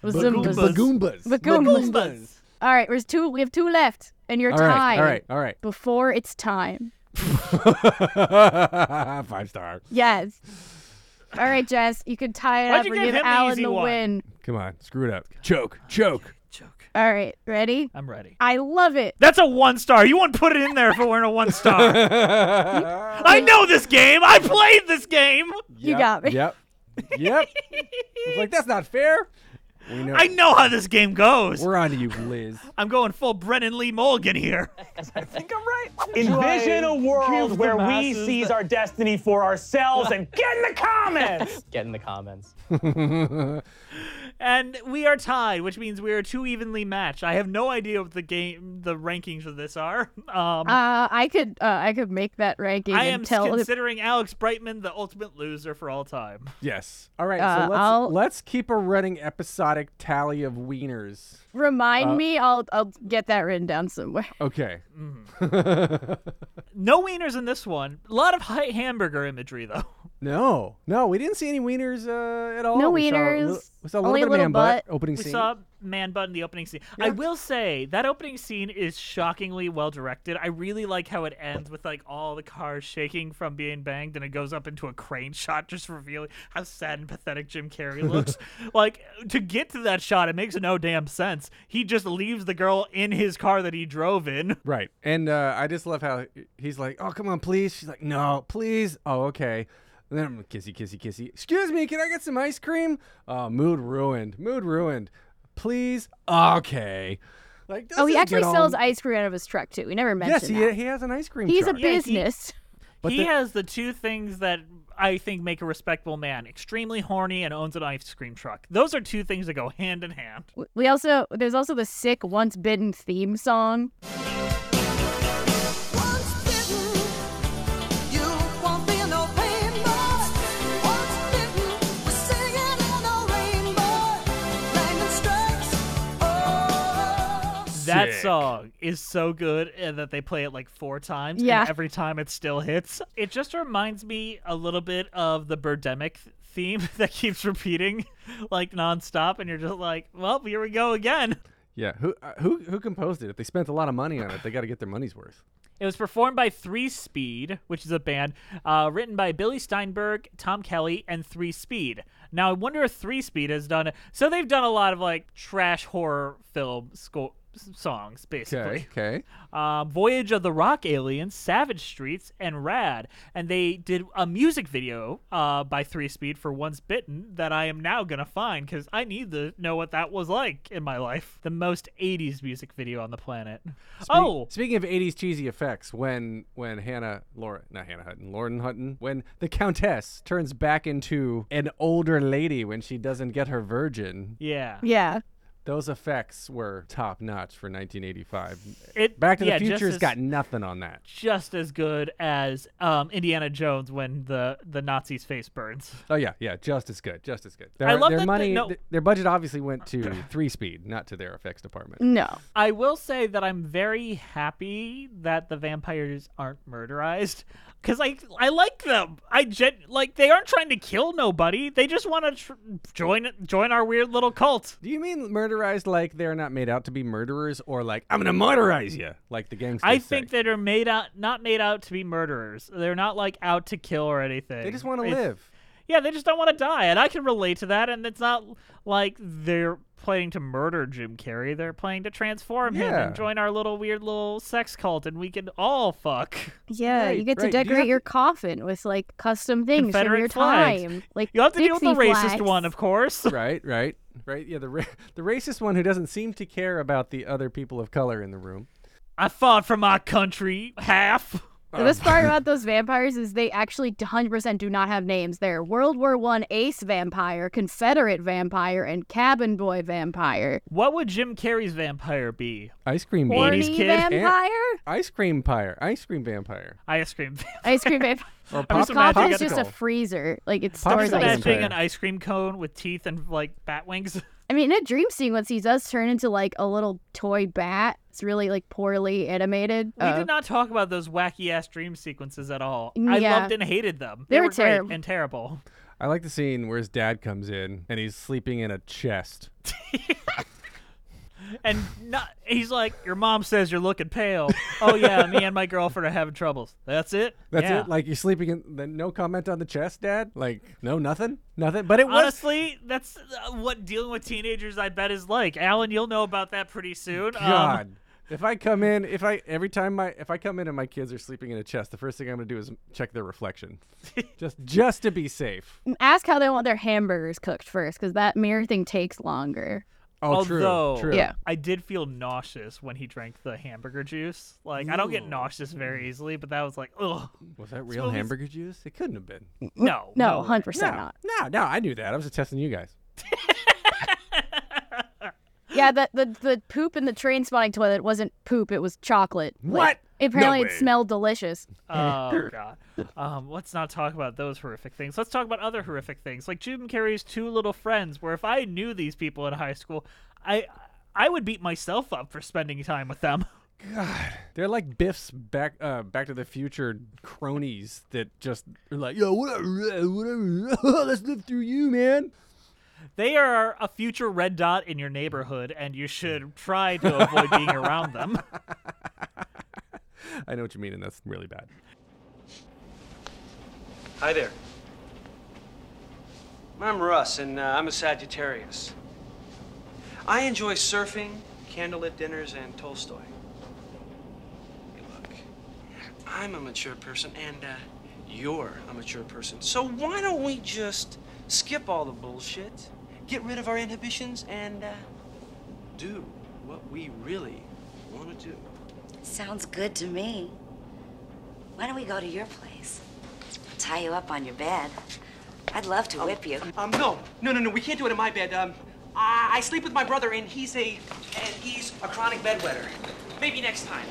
[SPEAKER 6] bazumbas.
[SPEAKER 1] Bagoombas.
[SPEAKER 6] Bagoombas.
[SPEAKER 4] Bagoombas.
[SPEAKER 6] All right, there's two. We have two left, and you're
[SPEAKER 1] All right, all
[SPEAKER 6] tied.
[SPEAKER 1] right, all right.
[SPEAKER 6] Before it's time.
[SPEAKER 1] [LAUGHS] Five star.
[SPEAKER 6] Yes. All right, Jess, you can tie it
[SPEAKER 4] Why'd
[SPEAKER 6] up
[SPEAKER 4] you
[SPEAKER 6] or
[SPEAKER 4] give
[SPEAKER 6] give
[SPEAKER 4] him the
[SPEAKER 6] Alan
[SPEAKER 4] easy
[SPEAKER 6] the
[SPEAKER 4] one?
[SPEAKER 6] win.
[SPEAKER 1] Come on, screw it up. Choke, choke.
[SPEAKER 6] All right, ready?
[SPEAKER 4] [LAUGHS] I'm ready.
[SPEAKER 6] I love it.
[SPEAKER 4] That's a one star. You wouldn't put it in there if it weren't a one [LAUGHS] star. I know this game. I played this game.
[SPEAKER 6] You got me.
[SPEAKER 1] Yep.
[SPEAKER 4] [LAUGHS]
[SPEAKER 1] Yep. I was like, that's not fair. We know.
[SPEAKER 4] I know how this game goes.
[SPEAKER 1] We're on to you, Liz.
[SPEAKER 4] I'm going full Brennan Lee Mulligan here.
[SPEAKER 21] [LAUGHS] Envision a world
[SPEAKER 4] Give the
[SPEAKER 21] where we
[SPEAKER 4] masses
[SPEAKER 21] seize
[SPEAKER 4] the-
[SPEAKER 21] our destiny for ourselves and get in the comments.
[SPEAKER 10] Get in the comments.
[SPEAKER 4] And we are tied, which means we are too evenly matched. I have no idea what the game, the rankings of this are. Um,
[SPEAKER 6] uh, I could uh, I could make that ranking
[SPEAKER 4] I
[SPEAKER 6] and
[SPEAKER 4] am
[SPEAKER 6] tell the
[SPEAKER 4] considering Alex Brightman the ultimate loser for all time.
[SPEAKER 1] Yes. All right.
[SPEAKER 6] Uh,
[SPEAKER 1] so let's
[SPEAKER 6] I'll-
[SPEAKER 1] let's keep a running episodic tally of wieners.
[SPEAKER 6] Remind
[SPEAKER 1] Uh,
[SPEAKER 6] me, I'll I'll get that written down somewhere.
[SPEAKER 1] Okay. Mm-hmm.
[SPEAKER 4] No wieners in this one. A lot of high hamburger imagery though.
[SPEAKER 1] [LAUGHS] no, no, we didn't see any wieners uh, at all.
[SPEAKER 4] No
[SPEAKER 1] We saw a
[SPEAKER 4] wieners,
[SPEAKER 1] li- We saw a little
[SPEAKER 4] only
[SPEAKER 1] bit
[SPEAKER 4] a
[SPEAKER 1] of
[SPEAKER 4] little
[SPEAKER 1] man butt,
[SPEAKER 4] butt.
[SPEAKER 1] opening
[SPEAKER 4] we
[SPEAKER 1] scene.
[SPEAKER 4] saw man bun in the opening scene. I will say that opening scene is shockingly well directed. I really like how it ends with like all the cars shaking from being banged, and it goes up into a crane [LAUGHS] shot, just revealing how sad and pathetic
[SPEAKER 1] [LAUGHS]
[SPEAKER 4] Jim Carrey looks. like to get to that shot, it makes no damn sense. He just leaves the girl in his car that he drove in.
[SPEAKER 1] Right. And uh, I just love how he's like, "Oh, come on, please." She's like, "No, please." Oh, okay. And then I'm kissy, kissy, kissy. Excuse me, can I get some ice cream? Oh, mood ruined. Mood ruined. Please. Okay. Like,
[SPEAKER 6] Oh, he
[SPEAKER 1] doesn't
[SPEAKER 6] actually
[SPEAKER 1] get on-
[SPEAKER 6] sells ice cream out of his truck too. We never mentioned
[SPEAKER 1] Yes, he,
[SPEAKER 6] that.
[SPEAKER 1] he has an ice cream.
[SPEAKER 6] He's a
[SPEAKER 1] truck.
[SPEAKER 6] business.
[SPEAKER 1] But
[SPEAKER 4] he
[SPEAKER 1] the-
[SPEAKER 4] has the two things that I think make a respectable man: extremely horny and owns an ice cream truck. Those are two things that go hand in hand.
[SPEAKER 6] we also there's also the sick once bitten theme song.
[SPEAKER 4] That
[SPEAKER 1] Sick.
[SPEAKER 4] song is so good uh, that they play it like four times. and
[SPEAKER 6] Yeah.
[SPEAKER 4] every time it still hits. It just reminds me a little bit of the Birdemic th- theme [LAUGHS] that keeps repeating like nonstop, and you're just like, well, here we go again.
[SPEAKER 1] Yeah. Who uh, who who composed it? If they spent a lot of money on it, they got to get their money's
[SPEAKER 4] [SIGHS]
[SPEAKER 1] worth.
[SPEAKER 4] It was performed by Three Speed, which is a band uh, written by Billy Steinberg, Tom Kelly, and Three Speed. Now I wonder if Three Speed has done so. They've done a lot of like trash horror film sco- s- songs, basically.
[SPEAKER 1] Okay. Okay.
[SPEAKER 4] Um, Voyage of the Rock Aliens, Savage Streets, and Rad, and they did a music video uh, by Three Speed for Once Bitten that I am now gonna find because I need to know what that was like in my life. The most '80s music video on the planet. oh,
[SPEAKER 1] Speaking of 80s cheesy effects, when when Hannah Laura not Hannah Hutton, Lauren Hutton, when the Countess turns back into an older lady when she doesn't get her virgin.
[SPEAKER 4] yeah.
[SPEAKER 6] Yeah.
[SPEAKER 1] Those effects were top notch for 1985.
[SPEAKER 4] It-
[SPEAKER 1] Back to the
[SPEAKER 4] yeah, just
[SPEAKER 1] Future's
[SPEAKER 4] as-
[SPEAKER 1] got nothing on that.
[SPEAKER 4] just as good as um, Indiana Jones when the the Nazi's face burns.
[SPEAKER 1] Oh yeah, yeah, just as good, just as good. Their,
[SPEAKER 4] I love
[SPEAKER 1] their
[SPEAKER 4] that the-
[SPEAKER 1] money,
[SPEAKER 4] no-
[SPEAKER 1] th- their budget obviously went
[SPEAKER 4] [COUGHS]
[SPEAKER 1] to three speed, not to their effects department.
[SPEAKER 6] No.
[SPEAKER 4] I will say that I'm very happy that the vampires aren't murderized cuz I I like them. I gen- like they aren't trying to kill nobody. They just want to tr- join join our weird little cult.
[SPEAKER 1] Do you mean murderized like they're not made out to be murderers, or like I'm gonna murderize you, like the gangsters?
[SPEAKER 4] I
[SPEAKER 1] say?
[SPEAKER 4] think that are made out not made out to be murderers. They're not like out to kill or anything.
[SPEAKER 1] They just wanna
[SPEAKER 4] It's-
[SPEAKER 1] live.
[SPEAKER 4] Yeah, they just don't want to die, and I can relate to that. And it's not like they're playing to murder Jim Carrey. They're playing to transform him
[SPEAKER 1] Yeah.
[SPEAKER 4] and join our little weird little sex cult, and we can all fuck.
[SPEAKER 6] Yeah, you
[SPEAKER 4] Right,
[SPEAKER 6] get to
[SPEAKER 4] right. Do you have
[SPEAKER 6] decorate your coffin with like custom things from
[SPEAKER 4] Confederate
[SPEAKER 6] your
[SPEAKER 4] flags.
[SPEAKER 6] time. Like
[SPEAKER 4] You'll have to deal with the
[SPEAKER 6] Dixie
[SPEAKER 4] racist
[SPEAKER 6] flags.
[SPEAKER 4] one, of course. [LAUGHS]
[SPEAKER 1] Right, right, right. Yeah, the ra- [LAUGHS] the racist one who doesn't seem to care about the other people of color in the room.
[SPEAKER 4] I fought for my country, half.
[SPEAKER 6] The best part about those vampires is they actually 100% do not have names. They're World War One ace vampire, Confederate vampire, and cabin boy vampire.
[SPEAKER 4] What would Jim Carrey's vampire be?
[SPEAKER 1] Ice cream
[SPEAKER 6] Horny
[SPEAKER 1] vampire.
[SPEAKER 6] vampire?
[SPEAKER 1] Ice cream pyre. Ice cream vampire.
[SPEAKER 4] Ice cream. [LAUGHS]
[SPEAKER 6] Ice cream vampire.
[SPEAKER 1] Or
[SPEAKER 6] Or
[SPEAKER 1] pop-
[SPEAKER 6] is just a
[SPEAKER 1] popsicle.
[SPEAKER 6] freezer. Like it
[SPEAKER 4] I'm
[SPEAKER 6] stores
[SPEAKER 4] just
[SPEAKER 6] ice
[SPEAKER 4] imagining
[SPEAKER 6] cream.
[SPEAKER 4] an ice cream cone with teeth and like bat wings.
[SPEAKER 6] I mean, in a dream sequence, he does turn into like a little toy bat. It's really like poorly animated.
[SPEAKER 4] We
[SPEAKER 6] Uh,
[SPEAKER 4] did not talk about those wacky ass dream sequences at all. I
[SPEAKER 6] Yeah.
[SPEAKER 4] loved and hated them.
[SPEAKER 6] They were
[SPEAKER 4] great
[SPEAKER 6] terrible.
[SPEAKER 4] and terrible.
[SPEAKER 1] I like the scene where his dad comes in and he's sleeping in a chest.
[SPEAKER 4] And not, he's like, "Your mom says you're looking pale." oh yeah, me and my girlfriend are having troubles. That's it.
[SPEAKER 1] That's
[SPEAKER 4] Yeah.
[SPEAKER 1] it. Like you're sleeping in. Then no comment on the chest, Dad. Like no nothing, nothing. But it was
[SPEAKER 4] Honestly, that's uh, what dealing with teenagers, I bet, is like. Alan, you'll know about that pretty soon. Um,
[SPEAKER 1] God. if I come in, if I every time my if I come in and my kids are sleeping in a chest, the first thing I'm gonna do is check their [LAUGHS] reflection, just just to be safe.
[SPEAKER 6] ask how they want their hamburgers cooked first, because that mirror thing takes longer.
[SPEAKER 1] Oh, true,
[SPEAKER 4] Although,
[SPEAKER 1] true. Yeah.
[SPEAKER 4] I did feel nauseous when he drank the hamburger juice. Like, I don't get
[SPEAKER 1] Ooh.
[SPEAKER 4] nauseous very easily, but that was like, ugh.
[SPEAKER 1] Was that
[SPEAKER 4] This
[SPEAKER 1] real
[SPEAKER 4] movie's-
[SPEAKER 1] hamburger juice? It couldn't have been.
[SPEAKER 4] No,
[SPEAKER 6] No, [LAUGHS] no way. 100%
[SPEAKER 1] Mm. No,
[SPEAKER 6] not.
[SPEAKER 1] No, no, I knew that. I was just testing you guys.
[SPEAKER 6] Yeah, the, the the poop in the train spotting toilet wasn't poop; it was chocolate.
[SPEAKER 1] What?
[SPEAKER 6] Like,
[SPEAKER 1] No
[SPEAKER 6] apparently,
[SPEAKER 1] way.
[SPEAKER 6] it smelled delicious.
[SPEAKER 4] Oh god. Um, let's not talk about those horrific things. Let's talk about other horrific things, like Jim Carrey's Two Little Friends. Where if I knew these people in high school, I I would beat myself up for spending time with them.
[SPEAKER 1] They're like Biff's back uh, Back to the Future cronies that just are like, yo, whatever, whatever. [LAUGHS] Let's live through you, man.
[SPEAKER 4] They are a future red dot in your neighborhood, and you should try to avoid being around [LAUGHS] them.
[SPEAKER 1] I know what you mean, and that's really bad.
[SPEAKER 19] Hi there. I'm Russ, and uh, I'm a Sagittarius. I enjoy surfing, candlelit dinners, and Tolstoy. Hey, look, I'm a mature person, and uh, you're a mature person. So why don't we just skip all the bullshit, get rid of our inhibitions, and uh, do what we really want to do?
[SPEAKER 8] Sounds good to me. Why don't we go to your place? I'll tie you up on your bed. I'd love to whip you.
[SPEAKER 19] Um, no, no, no, no. We can't do it in my bed. Um, I, I sleep with my brother, and he's a and he's a chronic bedwetter. Maybe next time.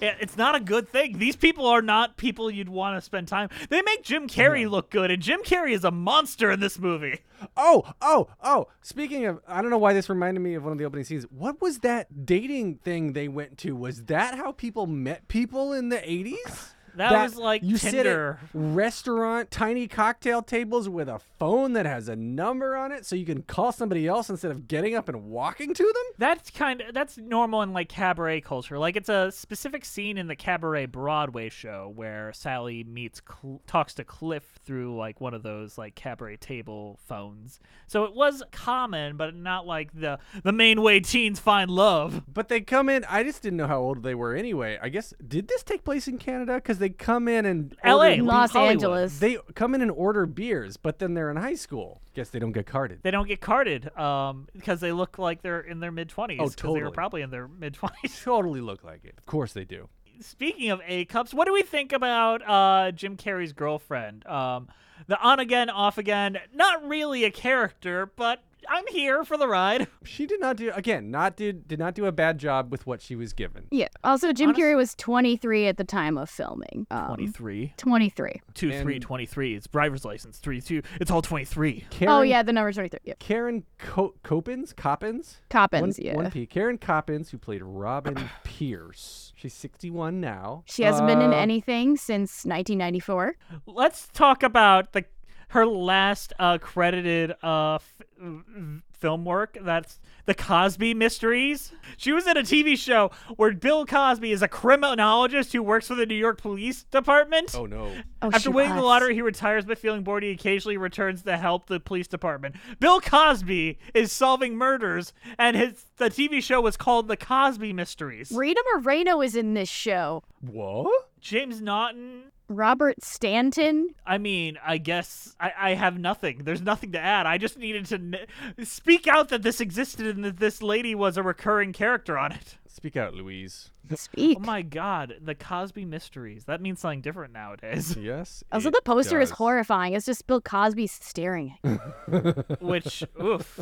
[SPEAKER 4] Yeah, It's not a good thing. These people are not people you'd want to spend time. They make Jim Carrey look good, and Jim Carrey is a monster in this movie.
[SPEAKER 1] Oh, oh, oh. Speaking of, I don't know why this reminded me of one of the opening scenes. What was that dating thing they went to? Was that how people met people in the 80s?
[SPEAKER 4] That was like
[SPEAKER 1] you
[SPEAKER 4] Tinder.
[SPEAKER 1] sit at restaurant tiny cocktail tables with a phone that has a number on it, so you can call somebody else instead of getting up and walking to them.
[SPEAKER 4] That's kind of that's normal in like cabaret culture. Like it's a specific scene in the cabaret Broadway show where Sally meets Cl- talks to Cliff through like one of those like cabaret table phones. So it was common, but not like the the main way teens find love.
[SPEAKER 1] But they come in. I just didn't know how old they were anyway. I guess did this take place in Canada? Because they come in and
[SPEAKER 4] LA,
[SPEAKER 1] order-
[SPEAKER 4] Los Hollywood. Angeles.
[SPEAKER 1] They come in and order beers, but then they're in high school. Guess they don't get carded.
[SPEAKER 4] They don't get carded um because they look like they're in their mid 20s
[SPEAKER 1] Oh,
[SPEAKER 4] they were
[SPEAKER 1] totally.
[SPEAKER 4] probably in their mid 20s.
[SPEAKER 1] Totally look like it. Of course they do.
[SPEAKER 4] [LAUGHS] Speaking of A cups, what do we think about uh, Jim Carrey's girlfriend? Um, the on again, off again, not really a character, but I'm here for the ride.
[SPEAKER 1] She did not do again. Not did did not do a bad job with what she was given.
[SPEAKER 6] Yeah. Also, Jim Carrey was 23 at the time of filming. Um,
[SPEAKER 4] 23?
[SPEAKER 6] 23.
[SPEAKER 4] Two, three, twenty-three. It's driver's license. Three, two. It's all twenty-three.
[SPEAKER 6] Oh yeah, the number 23. Yep.
[SPEAKER 1] Karen Co- Coppins, Coppins,
[SPEAKER 6] Coppins,
[SPEAKER 1] One-
[SPEAKER 6] yeah.
[SPEAKER 1] One P. Karen Coppins, who played
[SPEAKER 6] [COUGHS]
[SPEAKER 1] Robin Pierce. She's 61 now.
[SPEAKER 6] She hasn't been in
[SPEAKER 1] Uh,
[SPEAKER 6] anything since 1994.
[SPEAKER 4] Let's talk about the her last uh, credited uh, f- v- film work. That's the Cosby Mysteries. She was in a TV show where Bill Cosby is a criminologist who works for the New York Police Department.
[SPEAKER 1] Oh no!
[SPEAKER 6] Oh, she
[SPEAKER 4] After winning the
[SPEAKER 6] was.
[SPEAKER 4] lottery, he retires but feeling bored. He occasionally returns to help the police department. Bill Cosby is solving murders, and his the TV show was called The Cosby Mysteries.
[SPEAKER 6] Rita Moreno is in this show.
[SPEAKER 1] What?
[SPEAKER 4] James Naughton.
[SPEAKER 1] [LAUGHS]
[SPEAKER 6] Robert Stanton.
[SPEAKER 4] I mean, I guess I, I have nothing. There's nothing to add. I just needed to kn- speak out that this existed and that this lady was a recurring character on it.
[SPEAKER 1] Speak out, Louise.
[SPEAKER 6] Speak.
[SPEAKER 4] Oh my God, the Cosby Mysteries. That means something different nowadays. [LAUGHS]
[SPEAKER 1] Yes.
[SPEAKER 6] [LAUGHS] Also,
[SPEAKER 1] it
[SPEAKER 6] the poster is
[SPEAKER 1] does.
[SPEAKER 6] horrifying. It's just Bill Cosby staring. at you.
[SPEAKER 4] Which, oof.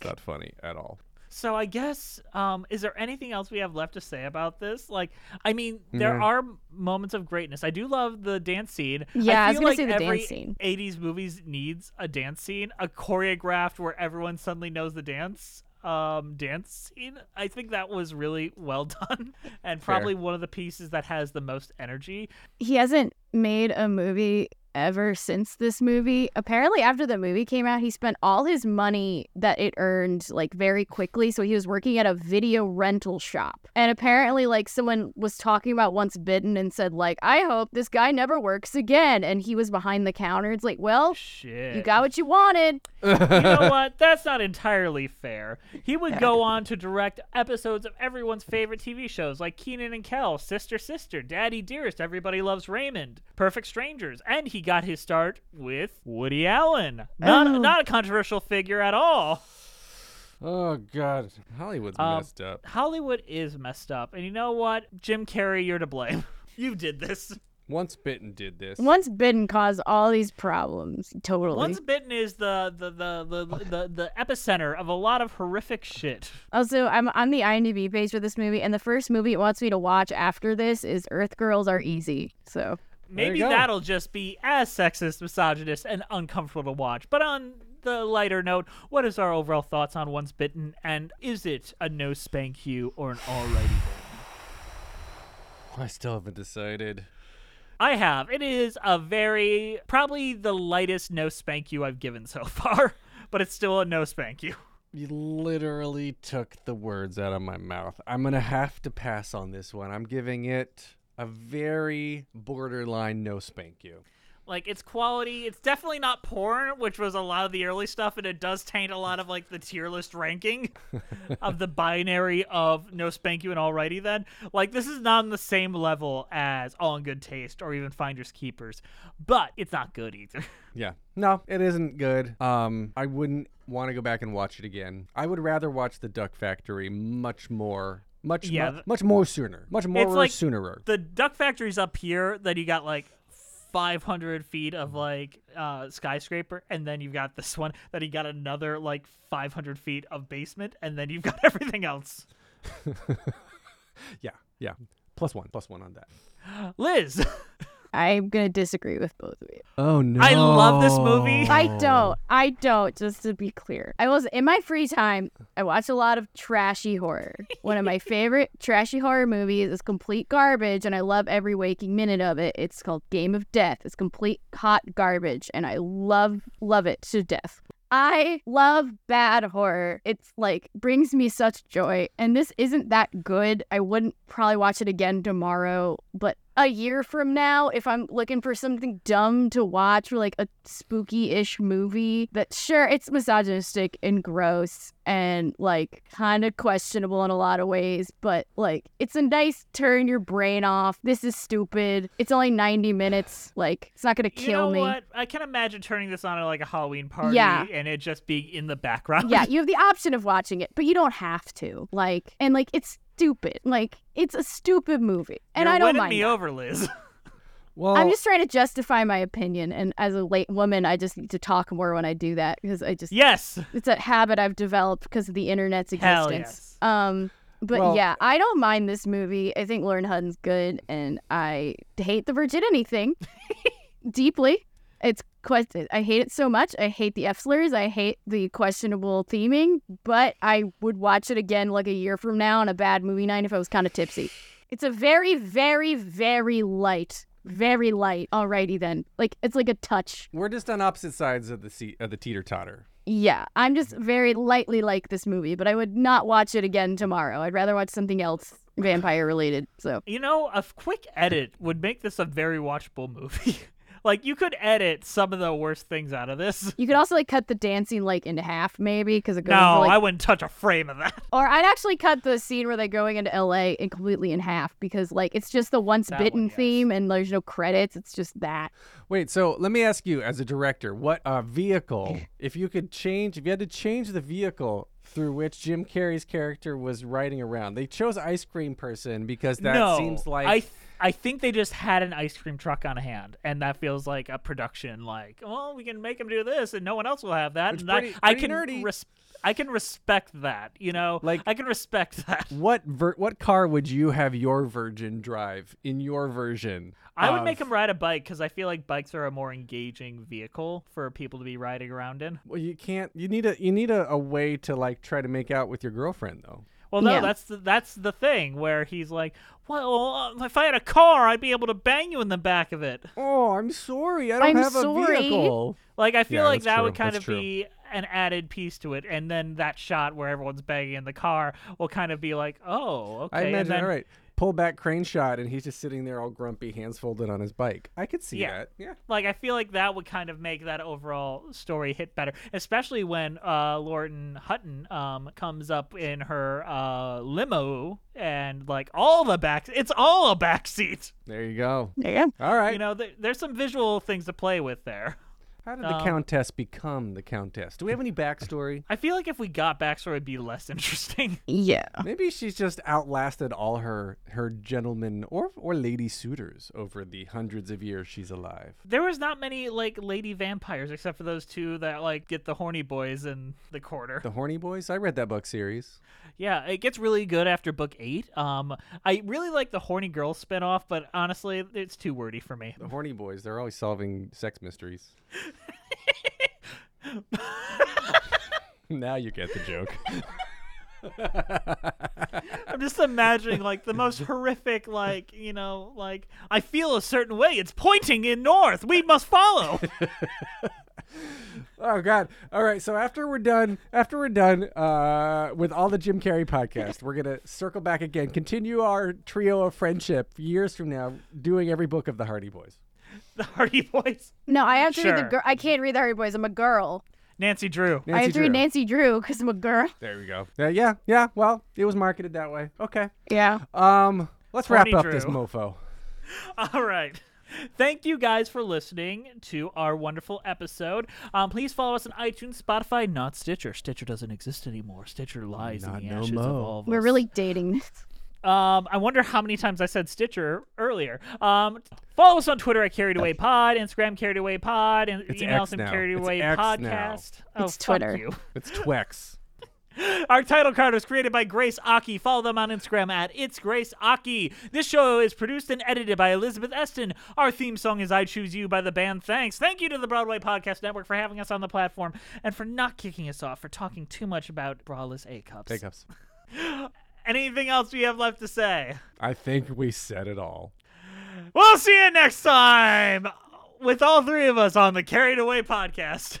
[SPEAKER 1] [LAUGHS] That's not funny at all.
[SPEAKER 4] So I guess um, is there anything else we have left to say about this? Like, I mean, there
[SPEAKER 1] No.
[SPEAKER 4] are moments of greatness. I do love the dance scene.
[SPEAKER 6] Yeah, I was
[SPEAKER 4] feel
[SPEAKER 6] gonna
[SPEAKER 4] like
[SPEAKER 6] say the
[SPEAKER 4] every
[SPEAKER 6] dance scene.
[SPEAKER 4] '80s movies needs a dance scene, a choreographed where everyone suddenly knows the dance. Um, dance scene. I think that was really well [LAUGHS] done, and
[SPEAKER 6] Fair.
[SPEAKER 4] probably one of the pieces that has the most energy.
[SPEAKER 6] he hasn't made a movie ever since this movie. Apparently, after the movie came out, he spent all his money that it earned like very quickly. So he was working at a video rental shop. And apparently, like someone was talking about Once Bitten and said like, "I hope this guy never works again." And he was behind the counter. It's like, "Well, you
[SPEAKER 4] Shit.
[SPEAKER 6] got what you wanted."
[SPEAKER 4] you know what? That's not entirely fair. He would go on to direct episodes of everyone's favorite TV shows like Keenan and Kel, Sister Sister, Daddy Dearest, Everybody Loves Raymond, Perfect Strangers, and he got his start with Woody Allen. Not
[SPEAKER 1] Oh.
[SPEAKER 4] not a controversial figure at all.
[SPEAKER 1] Oh God, Hollywood's
[SPEAKER 4] Um,
[SPEAKER 1] messed up.
[SPEAKER 4] Hollywood is messed up. And you know what? Jim Carrey, you're to blame. [LAUGHS] you did this.
[SPEAKER 1] Once bitten did this.
[SPEAKER 6] Once bitten caused all these problems. Totally.
[SPEAKER 4] Once Bitten is the the, the, the, the, the epicenter of a lot of horrific shit.
[SPEAKER 6] Also, I'm on the IMDb page for this movie, and the first movie it wants me to watch after this is Earth Girls Are Easy. So,
[SPEAKER 4] Maybe
[SPEAKER 6] go.
[SPEAKER 4] that'll just be as sexist, misogynist, and uncomfortable to watch. But on the lighter note, what is our overall thoughts on Once Bitten, and is it a no spank you or an alrighty? then?
[SPEAKER 1] I still haven't decided.
[SPEAKER 4] I have. It is a very probably the lightest no spank you I've given so [LAUGHS] far, but it's still a no spank you.
[SPEAKER 1] You literally took the words out of my mouth. I'm gonna have to pass on this one. I'm giving it a very borderline no spank you.
[SPEAKER 4] Like it's quality. It's definitely not porn, which was a lot of the early stuff, and it does taint a lot of like the tier list
[SPEAKER 1] [LAUGHS]
[SPEAKER 4] ranking of the binary of no spank you and alrighty then. Like this is not on the same level as All in Good Taste or even Finders Keepers, but it's not good either. [LAUGHS]
[SPEAKER 1] Yeah. No, it isn't good. Um, I wouldn't want to go back and watch it again. I would rather watch The Duck Factory much more, much,
[SPEAKER 4] Yeah,
[SPEAKER 1] mu-
[SPEAKER 4] th-
[SPEAKER 1] much more sooner, much more
[SPEAKER 4] it's like
[SPEAKER 1] sooner.
[SPEAKER 4] The Duck Factory's up here. Then you got like. 500 feet of like uh skyscraper and then you've got this one then you got another like 500 feet of basement and then you've got [LAUGHS] everything else
[SPEAKER 1] [LAUGHS] Yeah, yeah. Plus one, plus one on that.
[SPEAKER 4] liz
[SPEAKER 6] I'm going to disagree with both of you.
[SPEAKER 1] Oh no!
[SPEAKER 4] I love this movie.
[SPEAKER 6] I
[SPEAKER 1] Oh.
[SPEAKER 6] don't. I don't, just to be clear. I was in my free time, I watch a lot of trashy horror. One of my favorite trashy horror movies is complete garbage, and I love every waking minute of it. It's called Game of Death. It's complete hot garbage, and I love, love it to death. I love bad horror. It's like brings me such joy. And this isn't that good. I wouldn't probably watch it again tomorrow, but a year from now, if I'm looking for something dumb to watch or like a spooky ish movie, that sure, it's misogynistic and gross and like kind of questionable in a lot of ways, but like it's a nice turn your brain off. This is stupid. It's only 90 minutes. Like, it's not going to kill
[SPEAKER 4] you know
[SPEAKER 6] me.
[SPEAKER 4] what? I can imagine turning this on at like a Halloween party
[SPEAKER 6] Yeah.
[SPEAKER 4] and it just being in the
[SPEAKER 6] [LAUGHS]
[SPEAKER 4] background. [LAUGHS]
[SPEAKER 6] yeah, you have the option of watching it, but you don't have to. Like, and like, it's stupid. Like, it's a stupid movie, and
[SPEAKER 4] You're
[SPEAKER 6] I don't
[SPEAKER 4] winning
[SPEAKER 6] mind.
[SPEAKER 4] me
[SPEAKER 6] that.
[SPEAKER 4] over, Liz. [LAUGHS]
[SPEAKER 1] Well,
[SPEAKER 6] I'm just trying to justify my opinion, and as a late woman, I just need to talk more when I do that because I just
[SPEAKER 4] yes,
[SPEAKER 6] it's a habit I've developed because of the internet's
[SPEAKER 4] Hell
[SPEAKER 6] existence. Um, but
[SPEAKER 4] Well-
[SPEAKER 6] yeah, I don't mind this movie. I think Lauren Hutton's good, and I hate the virginity thing [LAUGHS] deeply. It's quite. I hate it so much. I hate the F slurs. I hate the questionable theming. But I would watch it again like a year from now on a bad movie night if I was kind of tipsy. It's a very, very, very light, very light. Alrighty then. Like it's like a touch.
[SPEAKER 1] We're just on opposite sides of the seat of the teeter totter.
[SPEAKER 6] Yeah, I'm just very lightly like this movie, but I would not watch it again tomorrow. I'd rather watch something else vampire related. So
[SPEAKER 4] You know, a f- quick edit would make this a very watchable movie. [LAUGHS] Like you could edit some of the worst things out of [LAUGHS] this.
[SPEAKER 6] You could also like cut the dancing like into half, maybe, because it goes. into,
[SPEAKER 4] No,
[SPEAKER 6] like,
[SPEAKER 4] I wouldn't touch a frame of that. [LAUGHS]
[SPEAKER 6] Or I'd actually cut the scene where they're going into LA and completely in half because like it's just the once
[SPEAKER 1] That
[SPEAKER 6] bitten theme and there's no credits. It's just that.
[SPEAKER 1] Wait, so let me ask you, as a director, what uh, [LAUGHS] vehicle, if you could change, if you had to change the vehicle through which Jim Carrey's character was riding around, they chose ice cream person because that
[SPEAKER 4] no,
[SPEAKER 1] seems like
[SPEAKER 4] I th- I think they just had an ice cream truck on hand, and that feels like a production. Like, well, we can make him do this, and no one else will have that.
[SPEAKER 1] It's
[SPEAKER 4] and I-
[SPEAKER 1] pretty-
[SPEAKER 4] I,
[SPEAKER 1] pretty
[SPEAKER 4] can
[SPEAKER 1] nerdy.
[SPEAKER 4] res- I can respect that. You know, like I can respect [LAUGHS] that.
[SPEAKER 1] what ver- what car would you have your virgin drive in your version?
[SPEAKER 4] I would
[SPEAKER 1] of-
[SPEAKER 4] make him ride a bike because I feel like bikes are a more engaging vehicle for people to be riding around in.
[SPEAKER 1] Well, you can't. You need a you need a, a way to like try to make out with your girlfriend though.
[SPEAKER 4] Well, no,
[SPEAKER 1] Yeah.
[SPEAKER 4] that's the, that's the thing where he's like, well, uh, if I had a car, I'd be able to bang you in the back of it.
[SPEAKER 1] Oh, I'm sorry. I don't
[SPEAKER 4] I'm
[SPEAKER 1] have
[SPEAKER 4] sorry.
[SPEAKER 1] a vehicle.
[SPEAKER 4] Like, I feel
[SPEAKER 1] Yeah,
[SPEAKER 4] like
[SPEAKER 1] that's
[SPEAKER 4] that
[SPEAKER 1] true,
[SPEAKER 4] would kind
[SPEAKER 1] that's
[SPEAKER 4] of
[SPEAKER 1] true.
[SPEAKER 4] be an added piece to it, and then that shot where everyone's banging in the car will kind of be like, oh, okay.
[SPEAKER 1] I
[SPEAKER 4] and
[SPEAKER 1] imagine.
[SPEAKER 4] then-
[SPEAKER 1] all right, pull back crane shot, and he's just sitting there all grumpy, hands folded on his bike. I could see that. Yeah.
[SPEAKER 4] Like I feel like that would kind of make that overall story hit better, especially when uh Lorton Hutton um comes up in her uh limo and like all the back it's all a backseat.
[SPEAKER 1] There you go.
[SPEAKER 6] Yeah.
[SPEAKER 1] All right.
[SPEAKER 4] You know, th- there's some visual things to play with there.
[SPEAKER 1] How
[SPEAKER 4] um,
[SPEAKER 1] did the countess become the countess? Do we have any
[SPEAKER 4] [LAUGHS]
[SPEAKER 1] backstory?
[SPEAKER 4] I feel like if we got backstory, it'd be less [LAUGHS] interesting.
[SPEAKER 6] Yeah.
[SPEAKER 1] Maybe she's just outlasted all her her gentlemen or or lady suitors over the hundreds of years she's alive.
[SPEAKER 4] There was not many like lady vampires except for those two that like get the horny boys in the quarter.
[SPEAKER 1] The Horny Boys. I read that book series.
[SPEAKER 4] Yeah, it gets really good after book eight. Um, I really like the horny girl spinoff, but honestly, it's too wordy for me.
[SPEAKER 1] The Horny Boys. They're always solving sex
[SPEAKER 4] [LAUGHS]
[SPEAKER 1] mysteries. [LAUGHS] now you get the joke.
[SPEAKER 4] I'm just imagining like the most horrific, like you know, like I feel a certain way. It's pointing in north. We
[SPEAKER 1] [LAUGHS]
[SPEAKER 4] must follow.
[SPEAKER 1] Oh God! All right, so after we're done, after we're done uh, with all the Jim Carrey podcast, we're gonna circle back again, continue our trio of friendship years from now, doing every book of the Hardy Boys.
[SPEAKER 4] the Hardy Boys.
[SPEAKER 6] No, I have to read the
[SPEAKER 4] Sure.
[SPEAKER 6] girl. I can't read the Hardy Boys. I'm a girl.
[SPEAKER 4] Nancy Drew.
[SPEAKER 6] I have to read Nancy Drew because I'm a girl.
[SPEAKER 1] There we go. Yeah, yeah, yeah. Well, it was marketed that way. Okay.
[SPEAKER 6] Yeah.
[SPEAKER 1] Um, let's wrap
[SPEAKER 4] Horny
[SPEAKER 1] up this
[SPEAKER 4] Drew.
[SPEAKER 1] mofo.
[SPEAKER 4] All right. Thank you guys for listening to our wonderful episode. Um, please follow us on iTunes, Spotify, not Stitcher. Stitcher doesn't exist anymore. Stitcher lies
[SPEAKER 1] Not
[SPEAKER 4] in the
[SPEAKER 1] no
[SPEAKER 4] ashes of
[SPEAKER 1] mo.
[SPEAKER 4] all of
[SPEAKER 6] We're
[SPEAKER 4] us.
[SPEAKER 6] really dating this.
[SPEAKER 4] Um, I wonder how many times I said Stitcher earlier. Um, follow us on Twitter at Carried Away Pod, Instagram Carried Away Pod, and
[SPEAKER 1] It's X
[SPEAKER 4] email us at
[SPEAKER 1] now.
[SPEAKER 4] Carried
[SPEAKER 1] It's
[SPEAKER 4] Away
[SPEAKER 1] X now.
[SPEAKER 4] Podcast. Oh,
[SPEAKER 6] It's
[SPEAKER 4] fuck
[SPEAKER 6] Twitter.
[SPEAKER 4] you. [LAUGHS]
[SPEAKER 1] It's Twex.
[SPEAKER 4] Our title card was created by Grace Aki. Follow them on Instagram at It's Grace Aki. This show is produced and edited by Elizabeth Eston. Our theme song is I Choose You by the band Thanks. Thank you to the Broadway Podcast Network for having us on the platform and for not kicking us off for talking too much about braless A cups.
[SPEAKER 1] Take ups.
[SPEAKER 4] Anything else we have left to say?
[SPEAKER 1] I think we said it all.
[SPEAKER 4] We'll see you next time with all three of us on the Carried Away podcast.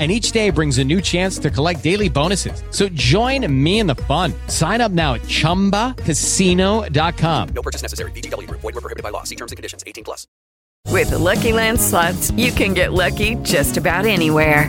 [SPEAKER 9] and each day brings a new chance to collect daily bonuses. So join me in the fun. Sign up now at ChumbaCasino.com.
[SPEAKER 5] No purchase necessary. VGW Group. Void were prohibited by law. See terms and conditions. 18 plus.
[SPEAKER 15] With Lucky Land slots, you can get lucky just about anywhere.